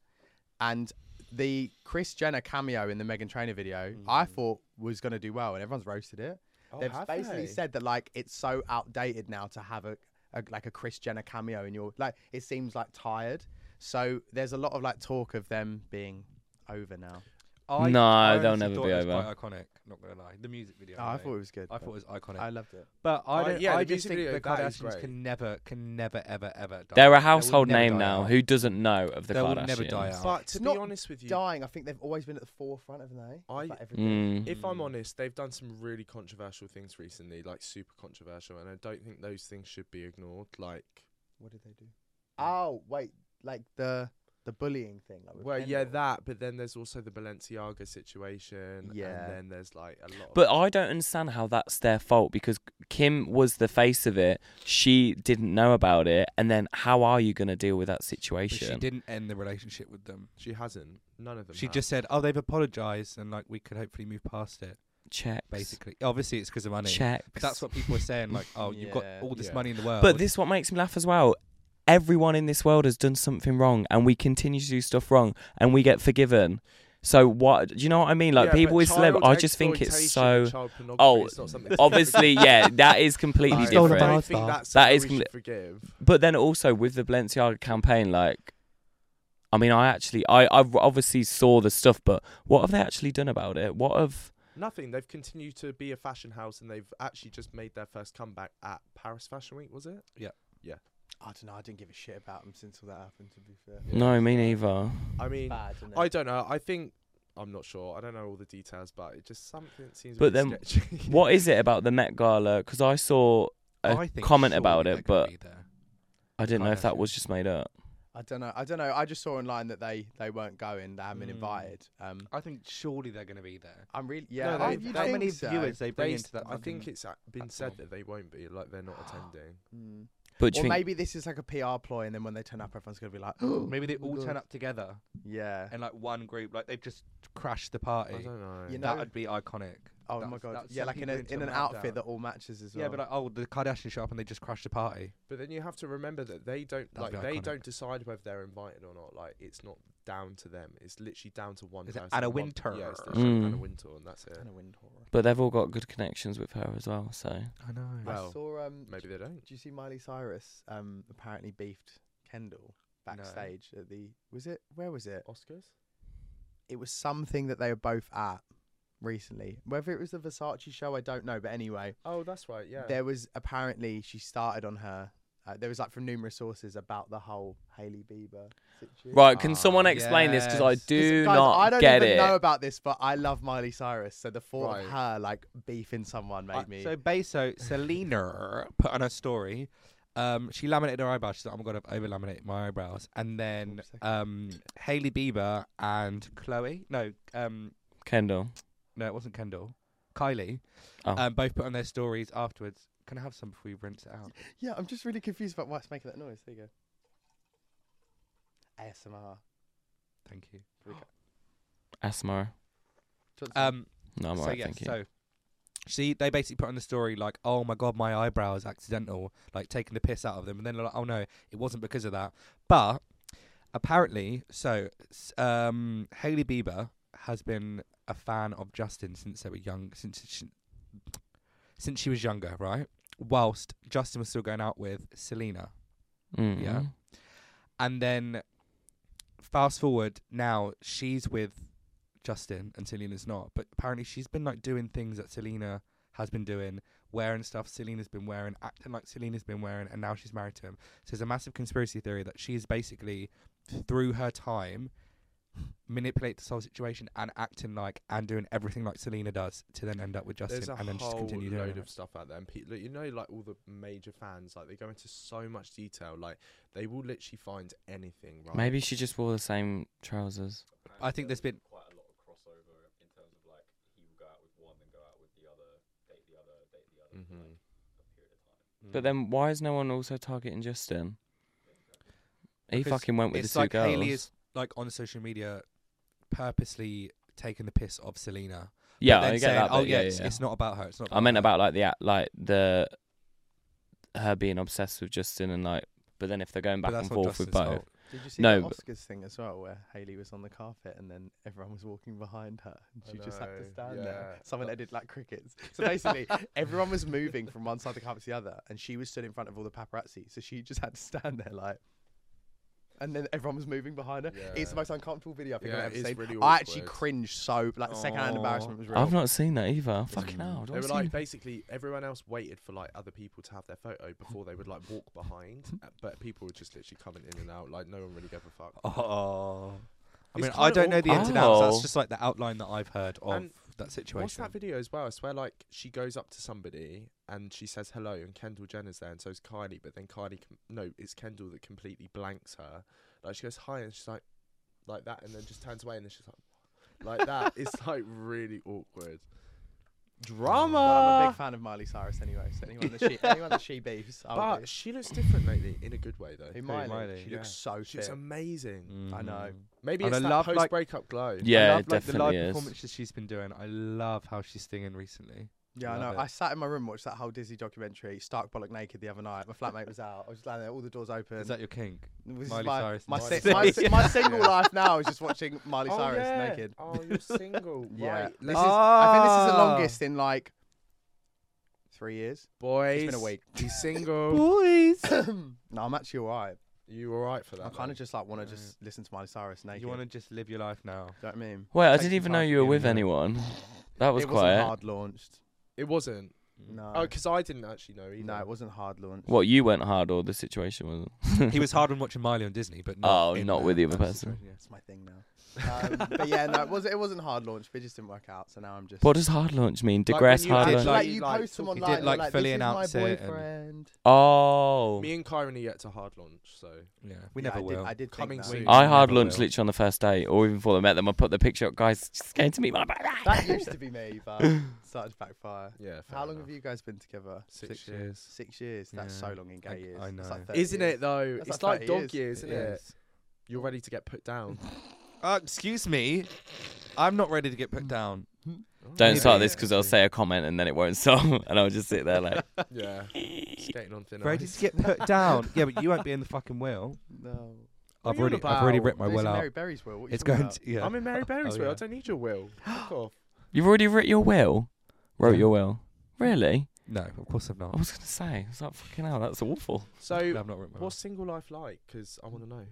S3: and the Chris Jenner cameo in the Megan Trainor video
S1: Mm.
S3: I thought was going to do well, and everyone's roasted it. They've
S2: Oh, have
S3: basically
S2: they?
S3: said that like it's so outdated now to have a, a like a Chris Jenner cameo in your like it seems like tired. So there's a lot of like talk of them being over now.
S1: I-
S4: No,
S1: I
S4: they'll
S1: honestly
S4: never
S1: thought
S4: be
S1: it was
S4: over.
S1: Quite iconic. Not gonna lie, the music video.
S3: Oh, I
S1: though,
S3: thought it was good.
S1: I thought it was iconic.
S3: I loved it.
S1: But I
S2: I-
S1: don't.
S2: yeah,
S1: I
S2: the
S1: just
S2: music
S1: think
S2: video,
S1: the
S2: that is
S1: Kardashians
S2: great.
S1: can never, can never, ever, ever. Die. They
S4: They're
S1: will
S4: a household
S1: never
S4: name
S1: die
S4: now.
S1: out.
S4: Who doesn't know of the
S1: They will
S4: Kardashians?
S1: never die out.
S2: But to
S3: It's
S2: be
S3: not
S2: honest with you,
S3: Dying, I think they've always been at the forefront, haven't they? Of,
S2: I-
S3: like, everything.
S4: Mm.
S2: if I'm
S1: Mm.
S2: honest, they've done some really controversial things recently, like super controversial, and I don't think those things should be ignored. Like,
S3: What did they
S2: Mm.
S3: do? Oh wait, like the the bullying thing. Like with
S2: well, yeah,
S3: Kendall.
S2: that, but then there's also the Balenciaga situation,
S3: Yeah.
S2: and then there's like a lot.
S4: But
S2: of,
S4: I don't understand how that's their fault because Kim was the face of it. She didn't know about it. And then how are you going to deal with that
S1: But she
S4: situation?
S1: didn't end the relationship with them.
S2: she hasn't. None of them.
S1: She
S2: have.
S1: just said, "Oh, they've apologized, and like we could hopefully move past it."
S4: Checks.
S1: Basically, obviously, it's because of money.
S4: Checks.
S1: But that's what people are saying. Like, "Oh, you've got
S3: Yeah.
S1: all this
S2: Yeah.
S1: money in the world."
S4: But this is what makes me laugh as well. Everyone in this world has done something wrong, and we continue to do stuff wrong, and we get forgiven. So what? Do you know what I mean? Like
S2: Yeah,
S4: people
S2: but
S4: with celeb,
S2: child
S4: I just think it's
S2: exploitation and
S4: so.
S2: child pornography
S4: Oh,
S2: is not something that
S4: Obviously,
S2: we should
S4: yeah, that is completely
S2: forgive.
S1: stole a
S4: different.
S2: I
S1: bar
S2: don't think
S1: star.
S2: that's
S4: That
S2: something
S4: is
S2: we
S4: compli-
S2: should forgive.
S4: But then also with the Balenciaga campaign, like, I mean, I actually, I, I obviously saw the stuff, but what have they actually done about it? What have?
S2: Nothing. They've continued to be a fashion house, and they've actually just made their first comeback at Paris Fashion Week. Was it?
S3: I don't know. I didn't give a shit about them since all that happened. To be fair,
S4: No, me neither.
S2: I mean,
S3: bad. Isn't it?
S2: I don't know. I think I'm not sure. I don't know all the details, but it just something seems.
S4: But
S2: a bit
S4: then
S2: sketchy.
S4: What is it about the Met Gala? Because I saw a
S1: I think
S4: comment
S1: surely
S4: about
S1: they're
S4: it,
S1: gonna
S4: but
S1: be there.
S4: I didn't know if that
S1: Kardashian.
S4: was just made up.
S3: I don't know. I don't know. I just saw online that they they weren't going. They haven't been
S1: Mm.
S3: invited. Um,
S1: I think surely they're going to be there.
S3: I'm really yeah.
S2: No, they-
S3: I,
S2: you'd
S3: you'd
S1: how
S3: think
S1: many
S3: so.
S1: viewers they bring
S2: They
S1: into
S2: s-
S1: that?
S2: I think
S1: fucking-
S2: it's uh, been said that they won't be. Like they're not attending.
S1: Hmm.
S3: Mm.
S4: But do
S3: Or
S4: you think,
S3: maybe this is like a PR ploy, and then when they turn up, everyone's gonna be like,
S1: Maybe they
S3: Oh
S1: all
S3: my
S1: turn
S3: God.
S1: up together
S3: yeah.
S1: and like one group, like they've just crashed the
S2: I
S1: party.
S2: don't know.
S3: You know-
S1: That would be iconic.
S3: Oh my
S1: That's-
S3: god.
S1: that's
S3: Yeah,
S1: some
S3: like in
S1: people
S3: a,
S1: into
S3: in
S1: a
S3: an outfit
S1: meltdown.
S3: that all matches as well.
S1: Yeah, but like, oh, the Kardashians show up and they just crashed the party.
S2: but then you have to remember that they don't
S1: That'd be
S2: like they
S1: iconic.
S2: don't decide whether they're invited or not. Like it's not down to them. It's literally down to one
S1: Is it
S2: person.
S1: Anna
S2: one-
S1: Wintour?
S2: Yeah, it's literally
S4: Mm.
S2: Anna Wintour, and that's it.
S3: Kinda wind horror.
S4: but they've all got good connections with her as well. So
S3: Ah,
S1: I know.
S2: Well,
S3: I saw um.
S2: Maybe they don't.
S3: Did you see Miley Cyrus? Um, apparently beefed Kendall
S1: No.
S3: backstage at the. Was it where was it?
S2: Oscars.
S3: It was something that they were both at. recently. Whether it was the Versace show, I don't know. But anyway,
S2: Oh, that's right. Yeah.
S3: there was apparently she started on her. Uh, there was like from numerous sources about the whole Hailey Bieber situation.
S4: Right, can someone
S1: Ah,
S4: explain this? Because I
S1: yes.
S4: do
S3: guys,
S4: not
S3: I don't
S4: get
S3: even
S4: it.
S3: know about this, but I love Miley Cyrus. So the thought
S2: Right.
S3: of her like beefing someone made
S1: Uh,
S3: me.
S1: So Beso, Selena put on her story. Um, she laminated her eyebrows. She's like, "Oh "I'm gonna over laminate my eyebrows." And then
S3: Oops, okay.
S1: um, Haley Bieber and Chloe, no, um,
S4: Kendall.
S1: no, it wasn't Kendall, Kylie,
S4: Oh.
S1: um, both put on their stories afterwards. Can I have some before you rinse it out?
S3: yeah, I'm just really confused about why it's making that noise. There you go. ASMR.
S1: Thank you.
S4: Asmara.
S3: Do you want some-
S1: Um,
S4: No, I'm
S1: so
S4: alright,
S1: yeah,
S4: thank you.
S1: so she they basically put on the story like, "Oh my god, my eyebrows accidental," like taking the piss out of them, and then they're like, "Oh no, it wasn't because of that." But apparently, so s- um, Haley Bieber has been a fan of Justin since they were young, since she, since she was younger, right? Whilst Justin was still going out with Selena,
S4: Mm.
S1: yeah. and then fast forward now she's with Justin and Selena's not, but apparently she's been like doing things that Selena has been doing, wearing stuff Selena's been wearing, acting like Selena's been wearing, and now she's married to him. So there's a massive conspiracy theory that she's basically through her time manipulate this whole situation and acting like and doing everything like Selena does to then end up with Justin
S2: There's a
S1: and then
S2: whole
S1: just continue doing
S2: load
S1: it.
S2: of stuff out there. And pe- like, you know, like all the major fans, like they go into so much detail. Like they will literally find anything. Right?
S4: Maybe she just wore the same trousers.
S1: I think there's been
S5: quite a lot of crossover in terms of like he will go out with one and go out with the other, date the other, date the other for
S2: Mhm.
S5: like a period of time.
S2: Mm.
S4: But then why is no one also targeting Justin? He
S1: Because
S4: fucking went with the
S1: it's
S4: two
S1: like
S4: girls.
S1: Haley is like on social media purposely taking the piss of Selena. but
S4: yeah,
S1: then
S4: I get
S1: saying,
S4: that.
S1: Oh
S4: bit, yeah,
S1: it's,
S4: yeah.
S1: it's not about her. It's not.
S4: I meant about like the act- like the her being obsessed with Justin and like. But then if they're going
S1: But
S4: back
S1: that's
S4: and
S1: not
S4: forth with
S1: Justin's
S4: both,
S1: fault.
S3: Did you see
S4: No,
S3: the
S4: but-
S3: Oscars thing as well, where Haley was on the carpet and then everyone was walking behind her, and
S2: I
S3: she just had to
S2: know,
S3: stand there.
S2: yeah.
S3: Someone edited like crickets. So basically, everyone was moving from one side of the carpet to the other, and she was stood in front of all the paparazzi. So she just had to stand there like. And then everyone was moving behind her. It's the
S2: Yeah.
S3: most uncomfortable video I think
S2: Yeah,
S3: I've
S2: it
S3: ever
S2: is
S3: seen.
S2: really
S3: I actually
S2: awkward.
S3: cringed so like the secondhand
S1: Aw.
S3: embarrassment was real.
S4: I've not seen that either. Fucking hell! do
S2: They
S4: I
S2: were
S4: see
S2: like
S4: anything?
S2: basically everyone else waited for like other people to have their photo before they would like walk behind, uh, but people were just literally coming in and out. Like no one really gave a fuck.
S1: Oh. I
S2: It's
S1: mean, I
S2: kinda
S1: don't know the ins and outs.
S4: Oh.
S1: That's just like the outline that I've heard of
S2: And
S1: that
S2: What's
S1: situation.
S2: that video as well? I swear, like she goes up to somebody and she says hello, and Kendall Jenner's there, and so's Kylie. But then Kylie, com- no, it's Kendall that completely blanks her. Like she goes hi, and she's like, like that, and then just turns away, and then she's like, like that. It's like really awkward.
S3: Well, I'm a big fan of Miley Cyrus anyway. So anyone that she anyone that she beefs, I'll
S2: but
S3: be.
S2: she looks different lately, in a good way though.
S3: Who, Miley?
S1: Miley,
S3: She
S1: yeah.
S3: looks so
S2: She looks
S3: fit.
S2: amazing.
S3: I know.
S2: Maybe
S1: And
S2: it's
S1: I
S2: that
S1: love, like-
S2: post-breakup glow.
S1: I
S4: Mm. yeah,
S1: love, like,
S4: it
S1: the live
S4: definitely is.
S1: performances she's been doing. I love how she's singing recently.
S3: Yeah, I know.
S1: Love it.
S3: I sat in my room watched that whole Disney documentary, Stark Bollock Naked, the other night. My flatmate was out. I was just lying there, all the doors open.
S1: Is that your kink?
S3: This is
S1: Miley
S3: my,
S1: Cyrus
S3: My,
S1: naked?
S3: si- my, si- my
S2: Yeah.
S3: single life now is just watching Miley Cyrus naked.
S2: Oh, you're single.
S3: Yeah.
S2: Right.
S3: This is, I think this is the
S1: Ah.
S3: longest in like three years.
S2: Boys,
S3: been a week.
S2: He's single.
S1: Boys.
S3: No, I'm actually all right.
S2: you all right for that?
S3: I kind of
S2: though?
S3: just like want to just listen to Miley Cyrus naked.
S1: you want to just live your life now.
S3: Do you know what I mean?
S4: Wait, I
S3: Take
S4: didn't
S3: some
S4: even know
S3: time
S4: you were
S3: to
S4: with
S3: be in the
S4: anyone. That was
S3: it wasn't
S4: quiet.
S3: hard launched.
S2: It wasn't.
S3: No.
S2: Oh, because I didn't actually know either.
S3: no, it wasn't hard launched.
S4: What you went hard or the situation was?
S1: he was hard on watching Miley on Disney, but not
S4: Oh,
S1: in
S4: not
S1: that-
S4: with the other
S1: that
S4: person.
S1: situation, yeah.
S3: That's my thing now. Um, but yeah, no, it wasn't. It wasn't hard launch, but it just didn't work out. So now I'm just.
S4: What does hard launch mean?
S2: Like when
S4: Digress
S2: you
S4: hard
S2: did,
S4: launch.
S2: like-
S3: you
S2: like,
S3: post them
S2: talk-
S1: he
S3: online,
S1: did,
S3: you're
S1: like,
S3: like
S1: fully
S3: this is my
S1: announce it and-
S3: boyfriend.
S4: oh,
S2: Me and Kyron are yet to hard launch, so
S1: Yeah, we
S3: Yeah,
S1: never
S3: I
S1: will.
S3: Did, I did think
S2: Coming
S3: that.
S2: soon.
S4: I
S1: never
S4: hard launched
S1: will.
S4: literally on the first date, or even before I met them. I put the picture up, guys. Just came to meet my.
S3: That used to be me, but started to backfire.
S2: yeah. fair
S3: How long
S2: enough.
S3: have you guys been together?
S2: Six,
S1: Six
S2: years.
S1: years.
S3: Six years. That's
S1: Yeah.
S3: so long in gay
S1: I-
S3: years.
S1: I
S3: That's
S1: know.
S3: like 30
S2: Isn't
S3: years.
S2: it though?
S3: That's
S2: it's
S3: like
S2: like,
S3: 30
S2: dog
S3: years.
S2: years,
S1: It
S2: isn't it?
S1: is.
S2: You're ready to get put down.
S1: Uh, excuse me, I'm not ready to get put down.
S4: Don't
S1: Maybe.
S4: start this because I'll say a comment and then it won't stop, and I'll just sit there like.
S2: yeah. Skating on thin
S1: Ready
S2: ice.
S1: to get put down? Yeah, but you won't be in the fucking will.
S3: No.
S2: What
S1: I've
S2: are you on
S1: already, I've already
S2: about?
S1: ripped my
S3: No, it's
S1: will
S3: in
S1: out.
S3: Mary Berry's will. What are you
S1: it's
S3: talking
S1: going
S3: about?
S1: to. Yeah.
S2: I'm in Mary Berry's
S1: Oh,
S2: will.
S1: yeah.
S2: I don't need your will. Fuck off.
S4: You've already written your will. Wrote
S1: Yeah.
S4: your will. Really?
S1: No, of course I've
S4: I
S1: not.
S4: was gonna say. I was like, fucking hell, that's awful.
S1: No,
S2: So,
S1: I've not ripped my will.
S2: what's single life like? Because I want to know.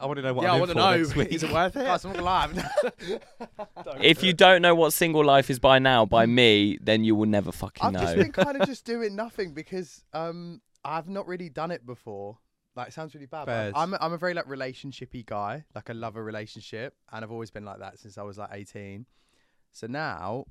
S1: I want to know what
S2: yeah,
S1: I'm
S2: I
S1: in
S2: want to
S1: for
S2: know.
S1: next week.
S2: Is it worth it?
S3: Guys, I'm not gonna lie.
S4: If you don't know what single life is by now, by me, then you will never fucking
S3: I've
S4: know.
S3: just been kind of just doing nothing because um, I've not really done it before. Like, it sounds really bad.
S1: Fairs.
S3: But I'm I'm a very like relationshipy guy. Like, I love a relationship, and I've always been like that since I was like 18. So now,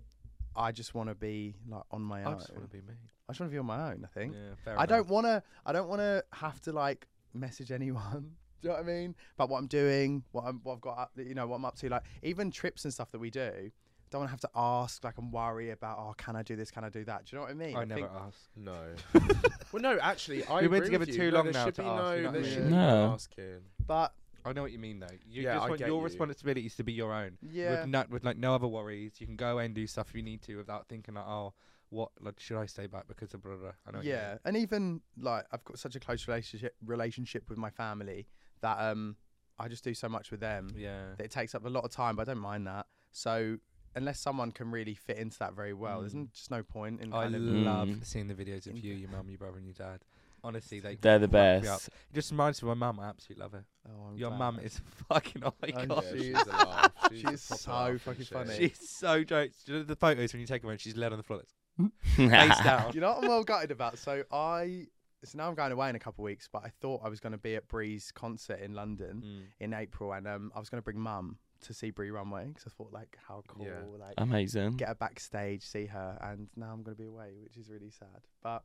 S3: I just want to be like on my
S1: I
S3: own.
S1: just want to be me.
S3: I just want to be on my own. I think.
S1: Yeah, fair
S3: I
S1: enough.
S3: don't want to. I don't want to have to like message anyone. Do you know what I mean? About what I'm doing, what I'm, what I've got, up, you know, what I'm up to. Like even trips and stuff that we do, don't want to have to ask. Like and worry about, oh, can I do this? Can I do that? Do you know what I mean?
S1: I never
S3: think-
S1: ask.
S2: No. well, no. Actually, I
S1: We've been
S2: agree
S1: together
S2: with you.
S1: too
S2: No,
S1: long
S2: there
S1: now
S2: should
S1: to
S2: be
S1: ask, you know
S2: No,
S1: what I
S2: there
S1: mean?
S2: should be
S4: No.
S2: asking.
S3: But
S1: I know what you mean though. You
S2: Yeah,
S1: just
S2: I
S1: want
S2: get
S1: your
S2: you.
S1: responsibility is to be your own.
S3: yeah,
S1: With no, with like no other worries, you can go away and do stuff you need to without thinking like, oh, what like, should I stay back because of blah blah. blah. I know. what you mean.
S3: yeah, and even like I've got such a close relationship relationship with my family that um, I just do so much with them.
S1: Yeah.
S3: that it takes up a lot of time, but I don't mind that. So unless someone can really fit into that very well, there's
S1: Mm.
S3: n- just no point in.
S1: I
S3: kind of-
S1: love
S4: Mm.
S1: seeing the videos of
S3: In-
S1: you, your mum, your brother, and your dad. Honestly, they
S4: They're the
S1: crack me up.
S4: best.
S1: It just reminds me of my mum. I absolutely love her.
S3: Oh, I'm
S1: Your
S3: glad.
S1: mum is a fucking oh
S3: And
S1: icon.
S3: she
S2: she's
S3: is-
S2: a laugh. She's
S3: she
S2: a
S3: is
S2: proper
S3: so
S2: laugh,
S3: fucking
S2: isn't she?
S3: funny.
S1: She's so jokes. Do you know the photos when you take them and she's laid on the floor, like, face
S4: yeah,
S1: down.
S3: You know what I'm well gutted about? So I. So now I'm going away in a couple of weeks, but I thought I was going to be at Bree's concert in
S4: Mm.
S1: Mm.
S3: London in April, and um, I was going to bring Mum to see Bree Runway because I thought like how cool,
S2: Yeah.
S3: like
S4: amazing.
S3: get her backstage, see her, and now I'm going to be away, which is really sad. But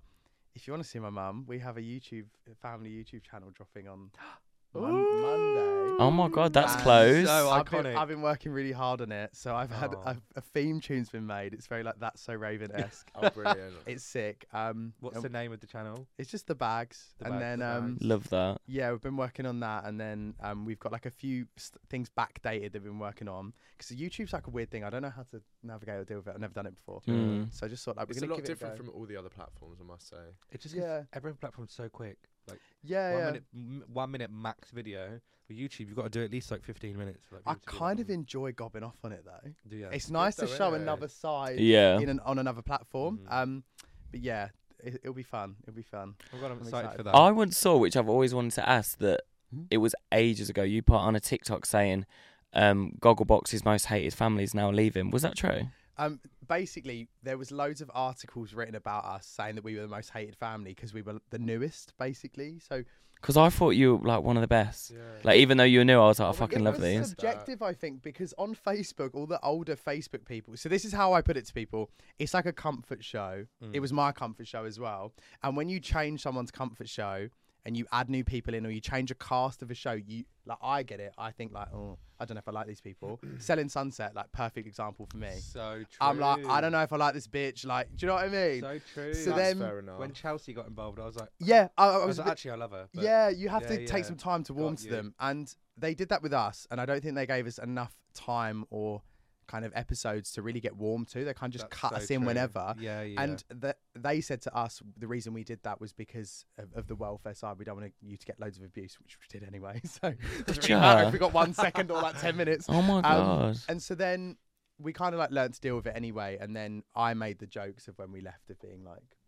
S3: if you want to see my mum, we have a YouTube a family YouTube channel dropping on mon- Monday.
S4: Oh my god, that's
S3: And
S4: close.
S1: so
S3: I've been,
S1: Oh, iconic.
S3: I've been working really hard on it, so I've had
S1: Oh.
S3: a, a theme tune's been made. It's very like that's so Raven esque.
S2: Oh, brilliant.
S3: it's sick. Um,
S1: What's
S3: and
S1: the name of the channel?
S3: It's just the bags,
S1: The
S3: and
S1: bags,
S3: then
S1: the
S3: um,
S1: bags.
S4: Love that.
S3: yeah, we've been working on that, and then um, we've got like a few st- things backdated that we've been working on because YouTube's like a weird thing. I don't know how to navigate or deal with it. I've never done it before,
S4: Mm.
S3: so I just thought like we're
S2: It's a
S3: gonna
S2: lot
S3: give
S2: different
S3: it a go.
S2: from all the other platforms, I must say.
S1: It just
S3: Yeah.
S1: gets every platform's so quick. Like
S3: yeah,
S1: one
S3: yeah.
S1: minute, m- one minute max video. With YouTube, you've got to do at least like 15 minutes. For, like,
S3: I
S1: people to do
S3: kind
S1: that
S3: of
S1: on.
S3: enjoy gobbing off on it though.
S1: do yeah.
S3: It's nice to
S2: though,
S3: show
S2: isn't it?
S3: another side
S4: Yeah.
S3: in an, on another platform.
S1: Mhm.
S3: Um, but yeah, it, it'll be fun. It'll be fun.
S1: Oh God, I'm,
S3: I'm
S1: excited,
S3: excited.
S1: for that.
S4: I once saw, which I've always wanted to ask, that
S3: Hmm?
S4: it was ages ago. You put on a TikTok saying, um, "Gogglebox's most hated family is now leaving." Was that true?
S3: Um, basically, there was loads of articles written about us saying that we were the most hated family because we were the newest, basically. So
S4: Because I thought you were like one of the best.
S2: Yeah.
S4: Like even though you were new, I was like, I
S2: Oh,
S4: fucking
S3: It
S4: love
S3: was
S4: these.
S3: Subjective, I think, because on Facebook, all the older Facebook people. So this is how I put it to people: it's like a comfort show. It was my comfort show as well. And when you change someone's comfort show and you add new people in, or you change a cast of a show, you like I get it. I think like, oh, I don't know if I like these people. Selling Sunset, like perfect example for me.
S1: so true.
S3: I'm like, I don't know if I like this bitch. Like, do you know what I mean?
S1: So true.
S3: So
S1: Like,
S3: then-
S2: That's fair enough.
S1: when Chelsea got involved, I was like,
S3: yeah, I, I
S1: I
S3: was
S1: was
S3: a
S1: like,
S3: bit-
S1: actually, I love her. but-
S3: yeah, you have
S1: yeah,
S3: to take
S1: yeah.
S3: some time to warm
S1: Got
S3: to
S1: you.
S3: them. And they did that with us. And I don't think they gave us enough time or kind of episodes to really get warm to. They kind of just
S1: That's
S3: cut
S1: so
S3: us in
S1: true.
S3: whenever.
S1: Yeah, yeah.
S3: And that they said to us, the reason we did that was because of, of the welfare side. We don't want you to get loads of abuse, which we did anyway. So it doesn't really matter
S4: Yeah.
S3: if we got one second or like 10 minutes.
S4: Oh my god.
S3: And so then we kind of like learned to deal with it anyway. And then I made the jokes of when we left of being like,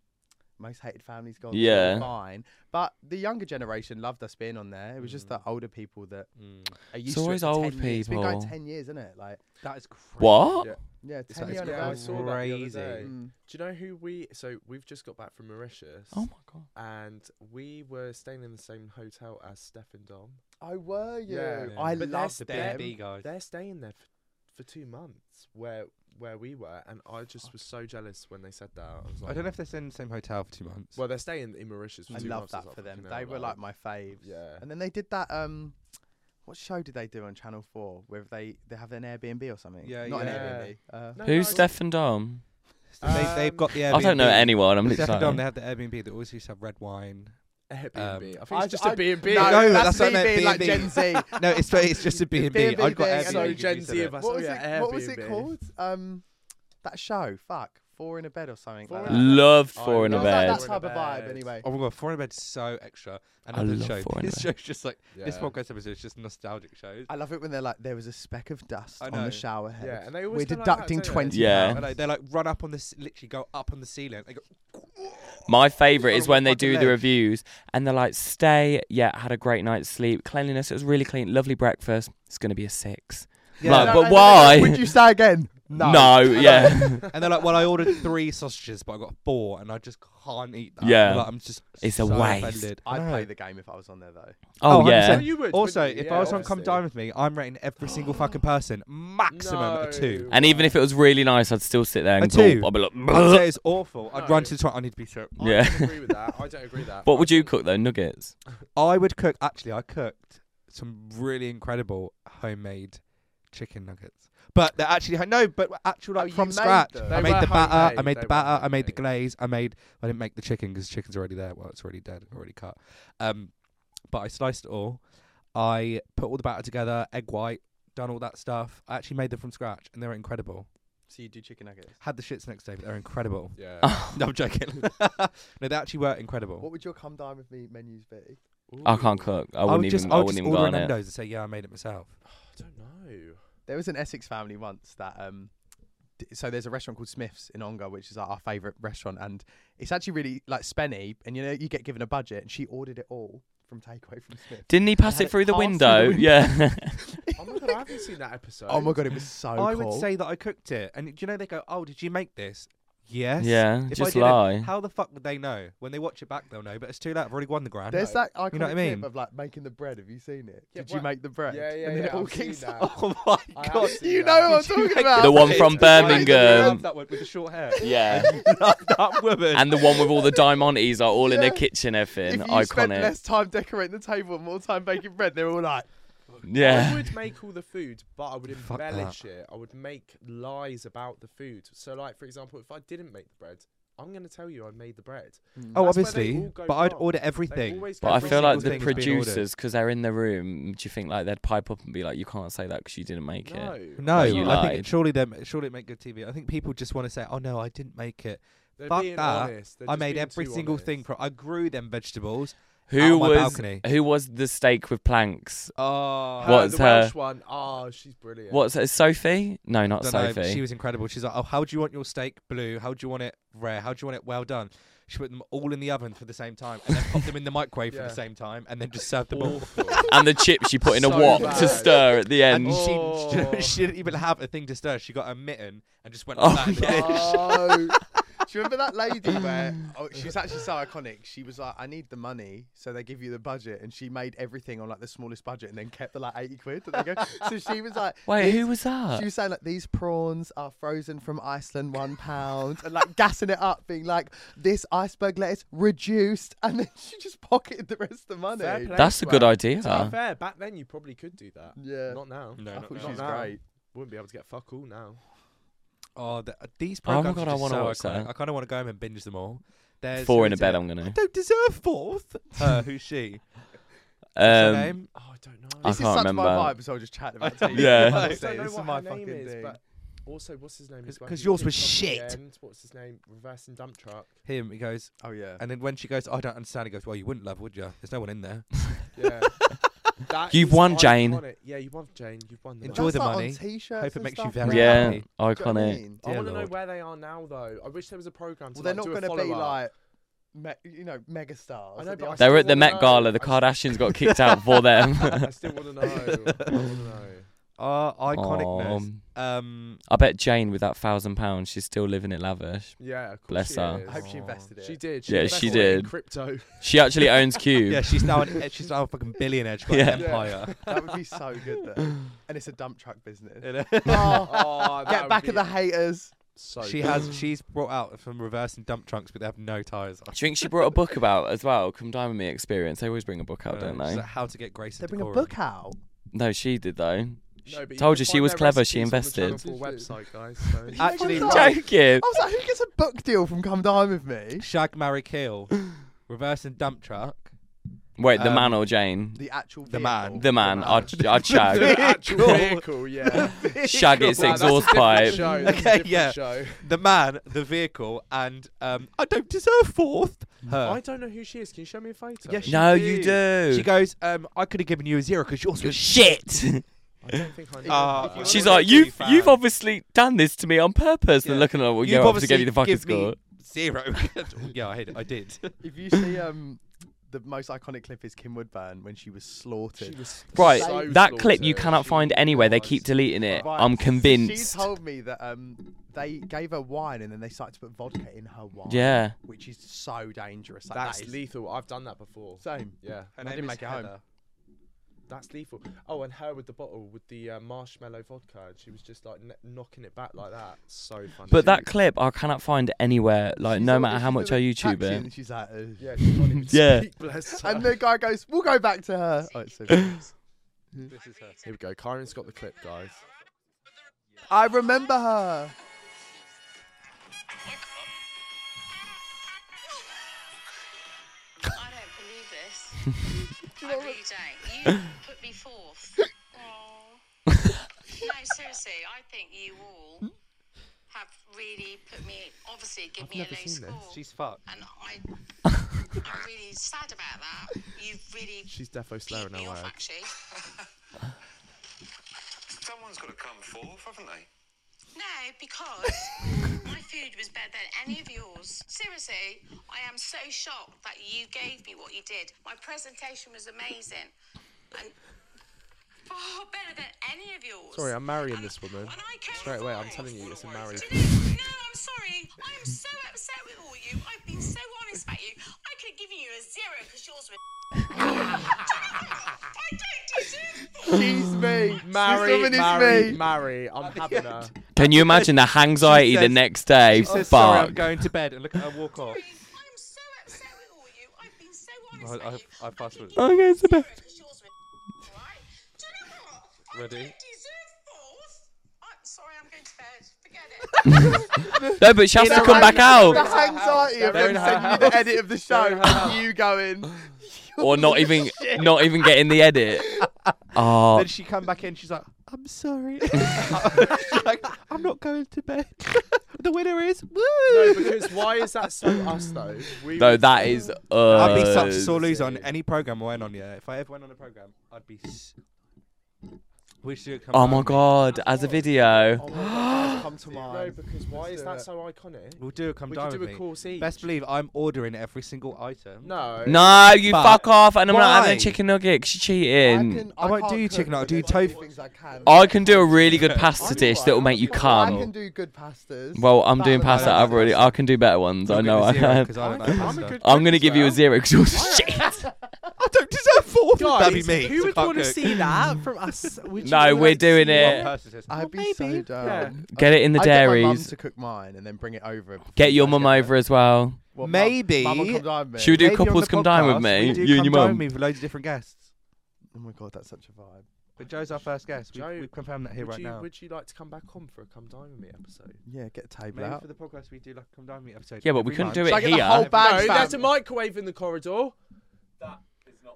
S3: most hated families gone. so
S4: Yeah.
S3: Fine. But the younger generation loved us being on there. It was just the older people that
S1: Mm.
S3: are used
S4: It's
S3: to
S4: always
S3: it for 10
S4: old
S3: years. It's been going
S4: people.
S3: 10 years, isn't it? Like,
S1: That is crazy.
S4: What?
S2: Yeah.
S3: yeah, 10
S2: like-
S3: year
S2: yeah, I saw that the other
S1: Crazy.
S2: day.
S3: Mm.
S2: Do you know who we? So we've just got back from Mauritius,
S4: Oh my god.
S2: and we were staying in the same hotel as Steph and Dom.
S3: Oh, were you?
S2: Yeah.
S1: Yeah.
S3: I
S2: But
S1: The
S3: loved
S2: that's them.
S1: big
S3: them.
S1: B guys.
S2: They're staying there for, for two months, where where we were, and I just was so jealous when they said that. I was like,
S1: I don't know if they're staying in the same hotel for two months.
S2: Well, they're staying in Mauritius. For
S3: I
S2: two
S3: love
S2: months, I was
S3: that
S2: like,
S3: for them.
S2: fucking hell,
S3: They were like my faves.
S2: Yeah.
S3: And then they did that. um What show did they do on Channel 4 where they, they have an Airbnb or something?
S1: Yeah,
S3: Not
S2: yeah.
S3: an Airbnb. Uh,
S2: No,
S4: Who's
S2: no,
S4: Steph and Dom?
S1: So they, they've
S2: Um,
S1: got the Airbnb.
S4: I don't know anyone. I'm
S1: Steph and Dom,
S4: literally.
S1: they
S4: like-
S1: have the Airbnb that always used to have red wine.
S2: Airbnb. I
S1: Um,
S2: think it's
S3: I-
S2: just
S3: I-
S2: a B&B.
S3: No,
S1: No, that's
S3: that's,
S1: what I
S3: me
S1: meant,
S3: being like
S1: B&B.
S3: Gen Z.
S1: No, it's it's just a B&B.
S3: B&B,
S1: I've got
S3: yeah,
S1: Airbnb.
S3: so
S1: because
S2: Gen
S1: you
S2: Z
S1: said
S2: of
S1: it.
S2: us.
S3: what
S2: Oh,
S3: was
S2: yeah,
S3: it? What was it
S2: Airbnb.
S3: called? Um, that show. Fuck, four in a bed or something.
S2: Four
S3: like
S2: in
S3: that.
S2: a
S4: Loved
S2: I
S4: Four in a
S3: It
S2: love
S3: was like
S4: Bed.
S3: that
S2: Four in a
S3: type of vibe,
S2: Bed.
S3: anyway.
S1: Oh my god, Four in a Bed's so extra.
S4: I
S1: Another
S4: love
S1: show.
S4: Four in a
S1: This show's just like this
S2: Yeah.
S1: podcast episode is just nostalgic shows.
S3: I love it when they're like, there was a speck of dust
S1: I
S3: on
S1: know.
S3: the shower head.
S2: Yeah, and they
S3: We're
S2: always go like that,
S3: deducting
S2: don't they?
S3: twenty.
S4: Yeah.
S1: And they, they like run up on this, literally go up on the ceiling. They go
S4: My favourite is
S3: Oh,
S4: when they
S3: fucking
S4: do the
S3: leg.
S4: reviews and they're like, stay, yeah, had a great night's sleep, cleanliness, it was really clean, lovely breakfast, it's going to be a six. No, but
S3: they go,
S4: why?
S3: Would you say again? No.
S4: yeah.
S1: and they're like, "Well, I ordered three sausages, but I got four, and I just can't eat that."
S4: Yeah.
S1: Like, I'm just
S4: It's
S1: so
S4: a waste.
S1: offended.
S3: I'd
S1: No.
S3: play the game if I was on there though.
S4: oh,
S1: Oh,
S4: yeah.
S1: 100%.
S2: you would,
S1: Also,
S2: wouldn't you?
S1: if
S2: Yeah,
S1: I was on Come
S2: obviously.
S1: Dine With Me, I'm rating every single fucking person maximum a two.
S2: No.
S4: And even if it was really nice, I'd still sit there and
S1: two.
S4: gulp. I'd be like,
S1: I'd say it's awful. I'd
S2: No.
S1: run to the toilet. I need to be sure.
S2: I
S4: Yeah.
S2: don't agree with that. I don't agree with that.
S4: what would
S2: I
S4: you
S2: think-
S4: cook though? Nuggets?
S1: I would cook. Actually, I cooked some really incredible homemade chicken nuggets. But they're actually no, but were actual
S3: Oh,
S1: like
S3: you
S1: from
S3: made
S1: scratch.
S3: them.
S1: I
S2: They
S1: made
S2: were
S1: the batter. I
S2: homemade,
S1: made
S2: they
S1: the
S2: were
S1: batter. I made the
S2: homemade.
S1: glaze. I made. I didn't make the chicken because chicken's already there. Well, it's already dead, already cut. Um, but I sliced it all. I put all the batter together, egg white, done all that stuff. I actually made them from scratch, and they were incredible.
S3: So you do chicken nuggets.
S1: Had the shits next day, but they're incredible.
S2: Yeah.
S1: No, I'm joking. no, they actually were incredible.
S3: What would your come down with me menus be?
S4: I can't cook. I
S1: would
S4: wouldn't
S1: just,
S4: even.
S1: I
S4: I
S1: would just
S4: wouldn't even go
S1: order
S4: on
S1: an
S4: it.
S1: Nando's and say, yeah, I made it myself.
S2: I don't know.
S3: There was an Essex family once that um d- so there's a restaurant called Smith's in Ongar, which is like our favourite restaurant, and it's actually really like spenny, and you know you get given a budget, and she ordered it all from takeaway from Smith.
S4: Didn't he pass
S3: had
S4: it
S3: it
S4: through the
S3: passed through the
S4: window?
S3: window.
S4: Yeah.
S2: Oh my god, I haven't seen that episode.
S3: Oh my god, it was so
S1: I
S3: cool.
S1: would say that I cooked it, and do you know they go, "Oh, did you make this?" Yes.
S4: Yeah,
S1: If I
S4: just
S1: didn't,
S4: lie.
S1: How the fuck would they know? When they watch it back, they'll know. But it's too late. I've already won the grand.
S3: there's that iconic
S1: You know what I mean?
S3: clip of like making the bread. Have you seen it?
S2: Yeah,
S3: Did you
S2: what-
S3: make the bread?
S2: Yeah, yeah,
S3: and then
S2: yeah,
S3: It all
S2: I've seen
S3: kicks
S2: that.
S3: off.
S1: Oh my
S2: I have
S1: god!
S2: seen
S3: You
S2: that.
S3: know what
S1: Did you
S3: I'm
S1: make
S3: talking about?
S4: The one from
S1: I love
S4: Birmingham.
S1: that one with the short hair.
S4: yeah.
S1: Love that woman.
S4: And the one with all the diamantes are all in the
S3: Yeah.
S4: kitchen, everything.
S3: If you spent
S4: Iconic.
S3: less time decorating the table and more time baking bread, they're all like,
S4: yeah.
S2: I would make all the food, but I would
S1: Fuck that.
S2: embellish it. I would make lies about the food. So, like for example, if I didn't make the bread, I'm going to tell you I made the bread.
S1: oh,
S2: That's where they
S1: obviously,
S2: all go
S1: but I'd
S2: wrong.
S1: order
S2: They
S1: everything.
S2: always
S4: But
S2: go
S4: I
S2: wrong.
S4: feel
S1: single
S4: like the
S1: thing has been ordered.
S4: producers, because they're in the room, do you think like they'd pipe up and be like, "You can't say that because you didn't make it."
S2: No,
S1: No,
S4: you
S1: I think
S4: lied.
S1: it, surely them surely it make good TV. I think people just want to say, "Oh no, I didn't make it.
S2: They're
S1: fuck
S2: being
S1: that.
S2: honest. They're
S1: I
S2: just
S1: made
S2: being
S1: every
S2: too
S1: single
S2: honest.
S1: thing. Pro- I grew them vegetables." Out
S4: Who
S1: on my
S4: was
S1: balcony.
S4: who was the steak with planks?
S1: Oh,
S2: Her,
S4: What's
S2: Uh, the
S4: her-
S2: Welsh one? Oh, she's brilliant.
S4: What's it? Sophie? No, not
S1: dunno,
S4: Sophie.
S1: She was incredible. She's like, oh, how do you want your steak blue? How do you want it rare? How do you want it well done? She put them all in the oven for the same time, and then popped them in the microwave for
S2: Yeah.
S1: the same time, and then just served them all.
S2: awful?
S4: and the chips you put in a
S2: So
S4: wok to
S2: bad.
S4: stir at the
S1: And
S4: end.
S1: she- she,
S2: Oh.
S1: she didn't even have a thing to stir. She got a mitten and just went
S4: Oh,
S1: like that.
S4: yeah.
S3: No. Do you remember that lady where oh, she was actually so iconic? She was like, "I need the money," so they give you the budget, and she made everything on like the smallest budget, and then kept the like eighty quid. That they go. So she was like,
S4: Wait, who
S3: "These-"
S4: was that?
S3: She was saying like, "These prawns are frozen from Iceland, one pound," and like gassing it up, being like, "This iceberg lettuce reduced," and then she just pocketed the rest of the money.
S2: Fair play.
S4: That's a good
S2: Well,
S4: idea.
S2: To be fair, back then you probably could do that.
S3: Yeah.
S2: Not now.
S1: No,
S3: I
S4: Oh.
S1: not
S3: thought
S1: now.
S3: she was
S2: now.
S3: great.
S2: Wouldn't be able to get fuck all now.
S1: Oh, the, uh, these
S4: Oh my
S1: programs
S4: God,
S1: are
S4: I
S1: just
S4: wanna
S1: so
S4: watch
S1: iconic.
S4: that.
S1: I kind of want to go home and binge them all. There's
S4: Four
S1: who
S4: in a
S1: is
S4: bed.
S1: it?
S4: I'm gonna.
S1: Don't deserve fourth. uh, who's she? What's her
S4: Um,
S1: name?
S2: Oh, I don't know.
S4: I
S3: This is
S4: can't
S3: such my
S4: remember.
S3: vibe, so I'll just chat
S1: I
S3: about
S1: don't
S3: it.
S4: Yeah. know.
S2: I
S3: Honestly,
S2: also don't know
S3: this is
S2: what
S3: my
S2: her name
S3: fucking
S2: is,
S3: thing.
S2: but also what's his name?
S1: It's
S2: when
S1: 'cause
S2: he
S1: yours was
S2: kicks off
S1: shit.
S2: at the end, What's his name? Reversing dump truck.
S1: Him. He goes,
S3: Oh yeah.
S1: and then when she goes, I don't understand. He goes, well, you wouldn't love, would you? There's no one in there.
S2: Yeah. That
S4: You've
S2: is
S4: won, Jane.
S2: iconic. Yeah, you've won, Jane. You've won. The
S1: Enjoy
S2: match.
S1: the
S3: like on
S1: money.
S3: t-shirts
S1: Hope it
S3: and
S1: makes you
S3: stuff
S1: very
S3: now.
S4: yeah,
S1: happy.
S3: Do you know what I
S4: iconic.
S3: mean?
S2: I
S1: Dear
S2: want to know
S1: Lord.
S2: where they are now, though. I wish there was a program. To
S3: Well, they're
S2: like,
S3: not
S2: do a
S3: going to be
S2: follow-up.
S3: like, me- you know, megastars.
S2: I know,
S3: at
S2: but I
S3: Oscars.
S4: They were at the Met
S2: know.
S4: Gala. The Kardashians got kicked out for them.
S2: I still want to know. I want to know.
S1: Uh, iconicness.
S4: Um,
S1: Um,
S4: I bet Jane, with that thousand pounds, she's still living it lavish.
S2: Yeah, of course
S4: Bless
S2: she
S4: her.
S2: is.
S3: I hope she Oh, invested it.
S2: Oh, She did. She
S4: Yeah,
S2: invested
S4: she
S2: it in
S4: did.
S2: Crypto. Oh,
S4: She actually owns Cube.
S1: yeah, she's now an, e, she's now a fucking billionaire. She's got
S4: Yeah.
S1: an empire.
S3: That would be so good, though. And it's a dump truck business.
S2: oh,
S3: Oh,
S2: that
S3: get
S2: would
S3: back
S2: be
S3: at the haters.
S2: So
S1: she has she's brought out from reversing dump trunks, but they have no tires on.
S4: Do you think she brought a book about as well? Come Dine with Me experience. They always bring a book out,
S1: Uh,
S4: don't
S1: she's
S4: they?
S1: like, How to get Grace?
S3: They bring a book out.
S4: No, she did though.
S2: No, but
S4: Told
S2: can
S4: you she
S2: find
S4: was
S2: their
S4: clever, she
S2: recipes on the Channel
S4: invested.
S2: 4 website, guys. so-
S3: You
S1: Actually,
S3: fucking
S1: right.
S3: lied.
S4: Joking.
S3: I was like, who gets a book deal from Come Dine with Me?
S1: Shag, marry, kill. reversing dump truck.
S4: Wait, the man
S1: Um,
S4: or Jane?
S3: The actual
S1: The
S3: vehicle.
S1: man.
S4: The man. I'd, I'd shag.
S2: The actual vehicle, yeah.
S4: shag its
S2: Wow, that's a
S4: exhaust
S2: different
S4: pipe.
S2: show, that's a
S1: Okay,
S2: different
S1: yeah.
S2: show.
S1: The man, the vehicle, and um, I don't deserve fourth.
S2: I
S1: Her.
S2: don't know who she is. Can you show me a photo?
S1: Yeah, she-
S4: No, you do.
S1: She goes, um, I could have given you a zero because yours was shit.
S2: I don't think I know.
S1: Ah.
S2: If you
S4: She's
S2: wanna
S4: like,
S1: really
S4: you've
S1: fan.
S4: you've obviously done this to me on purpose. And
S1: Yeah.
S4: looking at her, well,
S1: You've
S4: you obviously gave you the fucking
S1: give me
S4: score.
S1: zero. yeah, I, I did.
S3: If you see um, the most iconic clip is Kim Woodburn when she was slaughtered.
S4: Right,
S2: So
S4: that
S1: uh,
S4: clip you
S2: slaughtered.
S4: cannot
S2: She
S4: find anywhere. They
S2: was-
S4: keep deleting it.
S3: Right.
S4: I'm
S3: She
S4: convinced.
S3: told me that um, they gave her wine and then they started to put vodka in her wine.
S4: Yeah.
S3: Which is so dangerous. Like,
S2: That's
S3: that is
S2: lethal. I've done that before.
S3: Same.
S2: Yeah,
S1: Her
S3: I
S1: name
S3: didn't
S1: is
S3: make it home.
S1: Heather.
S2: that's lethal. Oh, and her with the bottle with the uh, marshmallow vodka, and she was just like kn- knocking it back like that. So funny.
S4: But that clip I cannot find anywhere. Like
S3: She's
S4: no
S3: all-
S4: matter
S3: she's
S4: how
S3: in
S4: much
S3: the
S4: I YouTube
S3: taxi
S4: it.
S3: and She's like, "Ugh."
S2: Yeah, she can't even
S4: Yeah.
S2: speak. Bless her.
S3: and the guy goes, "We'll go back to her." Oh, it's so funny.
S1: This is her.
S2: Here we go. Kyron's got the clip, guys.
S3: I remember her.
S6: I don't believe this. I really don't. You put me forth. Oh. no, seriously, I think you all have really put me, obviously, give me a
S2: never
S6: low
S2: seen this.
S6: score.
S1: She's fucked.
S6: And I, I'm really sad about that. You've really
S2: She's defo
S6: peed
S2: slowing
S6: me
S2: her
S6: off,
S2: way.
S6: actually.
S7: Someone's got to come forth, haven't they?
S6: No, because my food was better than any of yours. Seriously, I am so shocked that you gave me what you did. My presentation was amazing. And oh, better than any of yours.
S2: Sorry, I'm marrying
S6: And-
S2: this woman.
S6: and I came
S2: Straight away, I'm
S6: forth.
S2: telling you, it's a marriage.
S6: Do you know- No, I'm sorry. I'm so upset with all you. I've been so honest about you. I could have given you a zero because yours were. I don't deserve
S3: She's me. this
S2: Marry,
S3: woman
S2: marry,
S3: is me.
S2: marry. I'm having her.
S4: Can you imagine the anxiety the
S1: says-
S4: next day?
S1: She says, Oh, "Sorry, I'm
S4: Fuck.
S1: going to bed," and look at her walk off.
S6: I'm so upset with all you. I've been so honest
S1: I-
S6: with
S1: I-
S6: you.
S1: I fast forward.
S4: I'm going to bed.
S1: Ready?
S6: Ready? I'm sorry, I'm going to bed. Forget it.
S4: No, but she has to
S3: her
S4: come back
S3: That's
S4: out,
S3: anxiety of
S1: They're in
S3: them
S1: her
S3: sending you the
S1: house.
S3: edit of the show. you going.
S4: or not even, not even getting the edit. Oh,
S3: Then she come back in. She's like,
S1: I'm sorry. like, I'm not going to bed. the winner is woo.
S2: No, because why is that so us though? We
S4: no,
S2: would-
S4: that is.
S1: I'd be such a
S4: us.
S1: sore loser on any program I went on. Yeah, if I ever went on a program, I'd be. S- we should come.
S4: Oh
S1: back
S4: my
S1: with-
S4: god, as a video.
S3: "Oh my God, guys, come to
S2: No,
S3: mind."
S2: because why is
S3: do
S2: that
S3: it.
S2: so iconic?
S1: We'll do a come
S2: We
S1: down
S2: could do
S1: with
S2: a
S1: me.
S2: course each.
S1: Best believe I'm ordering every single item.
S2: No.
S4: No, you
S1: But
S4: fuck off, and I'm not
S1: why?
S4: having a chicken nugget 'cause you're
S3: I,
S4: cheating.
S3: can,
S1: I won't
S3: can't
S1: do
S3: cook,
S1: chicken, I'll
S3: but
S1: do
S3: there's lots of
S1: tofu.
S3: things I can.
S4: I can do a really good
S1: Yeah.
S4: pasta
S3: I'm
S4: dish
S3: alright,
S4: that'll
S3: I'm
S4: make you
S3: alright. I can
S4: calm.
S3: do good pastas.
S4: Well, I'm
S3: Better
S4: doing
S3: than
S4: pasta.
S3: I
S4: I've
S3: do.
S4: already. I can do better ones. I
S1: You'll get
S4: know.
S1: a
S4: I
S1: zero
S4: can.
S1: 'cause I don't know
S2: I'm a
S1: pasta.
S2: good
S4: I'm
S2: cook
S4: gonna
S2: as
S4: give you a
S2: well.
S4: zero because you're shit.
S1: I don't deserve four.
S2: Guys,
S1: That'd be me.
S2: who
S1: so
S2: would
S1: can't
S2: want to
S1: cook.
S2: see that from us? Would you
S4: No,
S2: wanna
S4: we're doing
S2: see
S1: One
S4: it.
S1: person says,
S3: I'd
S1: "Well,
S3: be
S1: maybe."
S3: so down.
S4: Get it in the
S3: I'd get my mum
S4: dairies.
S3: to cook mine and then bring it over. before
S4: Get
S3: you
S4: your
S3: guys
S4: mum
S3: there.
S4: over as well.
S3: Well, mum-
S1: Maybe-
S3: mum will come down with me.
S4: Should we do
S1: Maybe on
S4: couples
S1: the
S4: come dine with
S1: podcast,
S4: me?
S1: we do
S4: You and
S1: come dine
S4: your mum.
S1: with me with loads of different guests.
S3: Oh my god, that's such a vibe.
S1: But Joe's our first guest. We,
S2: Joe,
S1: we've confirmed that here
S2: would
S1: right
S2: you,
S1: now.
S2: Would you like to come back on for a Come Dine With Me episode?
S3: Yeah, get a table
S1: Maybe
S3: out.
S1: for the podcast we do like come down with me episode.
S4: Yeah, but
S1: every
S4: we couldn't
S1: month.
S4: do
S3: Shall I
S4: it
S3: get the whole
S4: here.
S3: bag,
S2: no,
S3: fam?
S2: there's a microwave in the corridor.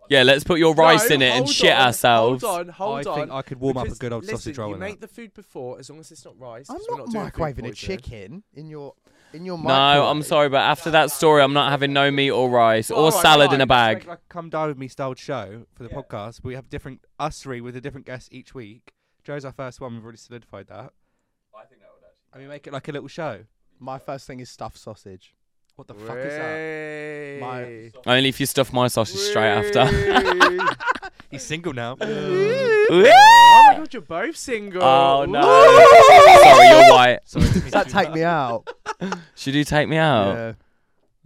S4: Yeah, let's put your rice
S2: No,
S4: in it and
S2: hold
S4: shit
S2: on,
S4: ourselves.
S2: Hold on, hold
S1: I
S2: on.
S1: think I could warm up a
S2: because,
S1: good old
S2: listen,
S1: sausage roll.
S2: You
S1: in
S2: make
S1: that.
S2: the food before, as long as it's not rice.
S3: I'm
S2: 'cause we're
S3: not,
S2: doing food
S3: microwaving a
S2: poisoning.
S3: chicken in your in your
S4: No, I'm
S3: microwave.
S4: sorry, but after that story, I'm not having no meat or rice
S2: Well,
S4: or
S2: alright,
S4: salad
S2: fine,
S4: in a
S1: Make
S4: bag.
S1: like a come down with me styled show for the podcast. We have different us three with a different guest each week. Joe's our first one. We've already solidified that.
S5: I think that would actually.
S1: And we make it like a little show.
S3: My first thing is stuffed sausage.
S1: What the fuck is that?
S2: My
S4: Only if you stuff my sausage straight after.
S1: He's single now.
S2: oh my god, you're both single.
S4: Oh no! Oh, Sorry, you're white.
S1: Sorry, to
S3: Does
S1: meet
S3: that
S1: you.
S3: take me out?
S4: Should Oh, you take me out?
S3: Yeah.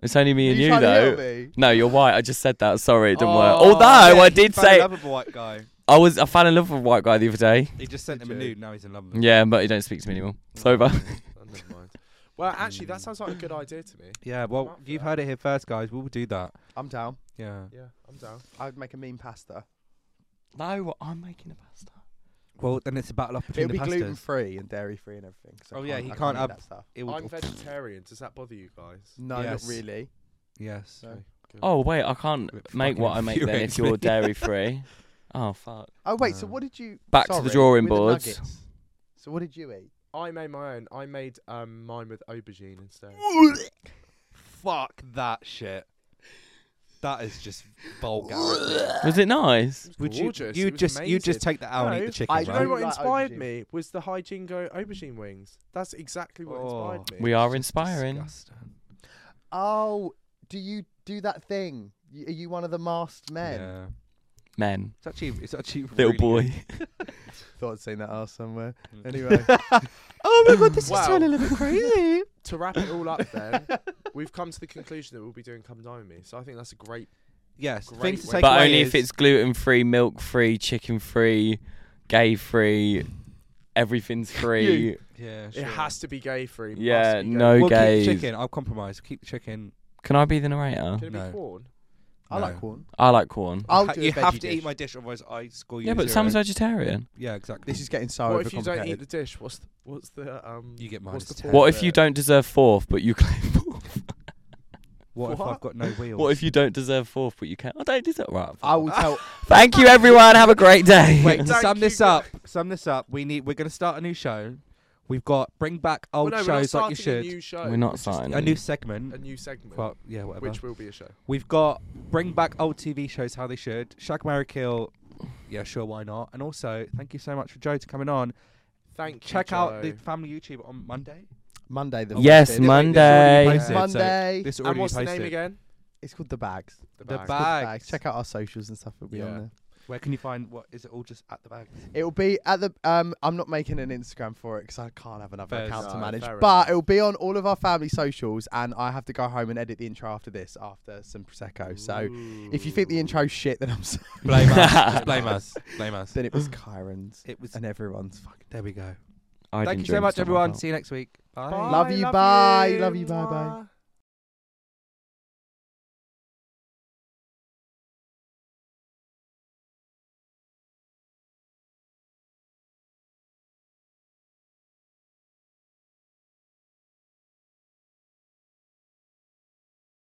S4: It's only me and you,
S3: trying to
S4: though.
S3: heal me?
S4: No, you're white. I just said that. Sorry, it didn't work.
S2: Oh,
S4: Although
S1: Yeah,
S4: I
S1: he
S4: did
S1: fell in
S4: say
S1: love with a white guy.
S4: I was I fell in love with a white guy the other day.
S1: He just sent him a
S2: you?
S1: nude. Now he's in love with him.
S4: Yeah, but he don't speak to me anymore. It's over.
S2: Oh, never mind. Well, actually, that sounds like a good idea to me.
S1: Yeah. Well,
S2: up for
S1: you've
S2: that.
S1: heard it here first, guys. We'll do that.
S3: I'm down.
S1: Yeah.
S2: Yeah, I'm down.
S3: I'd make a mean pasta.
S4: no, I'm making a pasta.
S1: Well, then it's a battle up between
S3: It'll
S1: the
S3: be gluten
S1: pastas.
S3: free and dairy free and everything. 'cause I
S1: Oh, yeah, he
S3: I
S1: can't
S3: eat
S1: have-
S3: that stuff.
S1: It will-
S2: I'm vegetarian. Does that bother you guys?
S3: No,
S1: Yes.
S3: not really.
S1: Yes.
S3: No.
S4: Oh wait, I can't
S1: It
S4: make what I
S1: fucking
S4: make then if
S1: infuriates
S4: you're
S1: me.
S4: dairy free. Oh fuck.
S3: Oh wait, so
S1: No.
S3: what did you?
S4: Back to the
S3: sorry,
S4: drawing
S3: with the
S4: boards.
S3: nuggets. So what did you eat?
S2: I made my own. I made um, mine with aubergine instead.
S1: Fuck that shit. That is just vulgar.
S4: Was it nice?
S2: It was
S1: Would you?
S2: gorgeous.
S1: You
S2: it was
S1: just you
S2: amazing.
S1: just take that out and eat
S2: No,
S1: the chicken,
S3: I-
S2: Do
S1: right?
S2: you know what
S3: Like
S2: inspired
S3: aubergine.
S2: me was the high jingo aubergine wings. That's exactly what
S1: Oh.
S2: inspired me.
S4: We are inspiring.
S1: Disgusting.
S3: Oh, do you do that thing? Y- Are you one of the masked men?
S1: Yeah.
S4: Men,
S1: It's actually it's actually
S4: little
S1: really
S4: boy.
S1: good.
S3: Thought I'd seen that ass somewhere. Anyway,
S1: Oh my god, this
S2: Wow.
S1: is turning a little bit crazy.
S2: to wrap it all up, then we've come to the conclusion that we'll be doing "Come Dine Me," so I think that's a great.
S1: yes,
S2: Great
S1: things to
S2: way-
S1: take
S4: but
S1: away
S4: only
S1: is,
S4: if it's gluten free, milk free, chicken free, gay free, everything's free.
S1: yeah.
S2: It has to be gay free. must
S4: Yeah,
S2: be gay.
S4: no
S1: We'll
S4: gays.
S1: keep chicken. I'll compromise. Keep the chicken.
S4: Can I be the narrator?
S2: Can it
S1: No.
S2: be corn?
S3: I like
S1: No.
S3: corn.
S4: I like corn.
S3: I'll
S1: Ha-
S3: do a
S1: you have
S3: veggie
S1: to
S3: dish.
S1: eat my dish, otherwise I score you.
S4: yeah,
S1: a
S4: but
S1: zero.
S4: Sam's vegetarian.
S1: Yeah, exactly.
S3: This is
S1: Oh,
S3: getting so overcomplicated.
S2: what if you don't eat the dish? What's the, what's the um?
S1: You get
S2: what's
S1: minus
S2: the
S1: 10.
S2: point
S4: What if
S2: there?
S4: you don't deserve fourth, but you claim fourth?
S1: what, if
S2: What?
S1: I've got no wheels?
S4: What if you don't deserve fourth, but you can? I don't deserve. Right.
S3: I will tell.
S4: Thank you, everyone. Have a great day.
S1: Wait, to
S2: Thank
S1: sum
S2: you,
S1: this up, sum this up. We need. We're going to start a new show. We've got bring back
S2: Well,
S1: old
S2: no, we're not
S1: shows like you
S2: starting
S1: should.
S2: A new show.
S4: We're not
S2: It's just
S4: starting
S1: A new segment.
S2: a new segment,
S1: Well, yeah, whatever.
S2: which will be a show.
S1: We've got bring back old TV shows how they should. Shag, marry, kill. Yeah, sure, why not? And also, thank you so much for Joe to coming on.
S2: Thank
S1: Check
S2: you,
S1: out the
S2: Joe.
S1: family YouTube on Monday.
S3: Monday. The
S4: Yes,
S3: Monday.
S4: Monday.
S1: posted, so
S3: Monday.
S1: This
S2: And
S1: already
S2: what's the
S1: posted.
S2: name again?
S3: It's called the bags.
S1: The
S2: Bags.
S1: Bags.
S3: Bags. Check out our socials and stuff. It'll be
S1: Yeah.
S3: on there.
S1: Where can you find what? Is it all just at the bags?
S3: It'll be at the. Um, I'm not making an Instagram for it because I can't have another
S1: Fair
S3: account to
S2: enough.
S3: manage.
S2: Fair
S3: But
S2: enough.
S3: it'll be on all of our family socials, and I have to go home and edit the intro after this, after some prosecco. So if you think the intro's shit, then I'm sorry.
S1: Blame us. Just blame us. Blame us.
S3: then it was Kyron's
S1: It was.
S3: and everyone's fucking.
S1: There we go.
S4: I
S1: Thank
S4: didn't
S1: you so
S4: drink,
S1: much,
S4: I'm
S1: everyone.
S4: out.
S1: See you next week. Bye.
S3: Love you, bye. Love you, bye, bye.
S2: Mwah.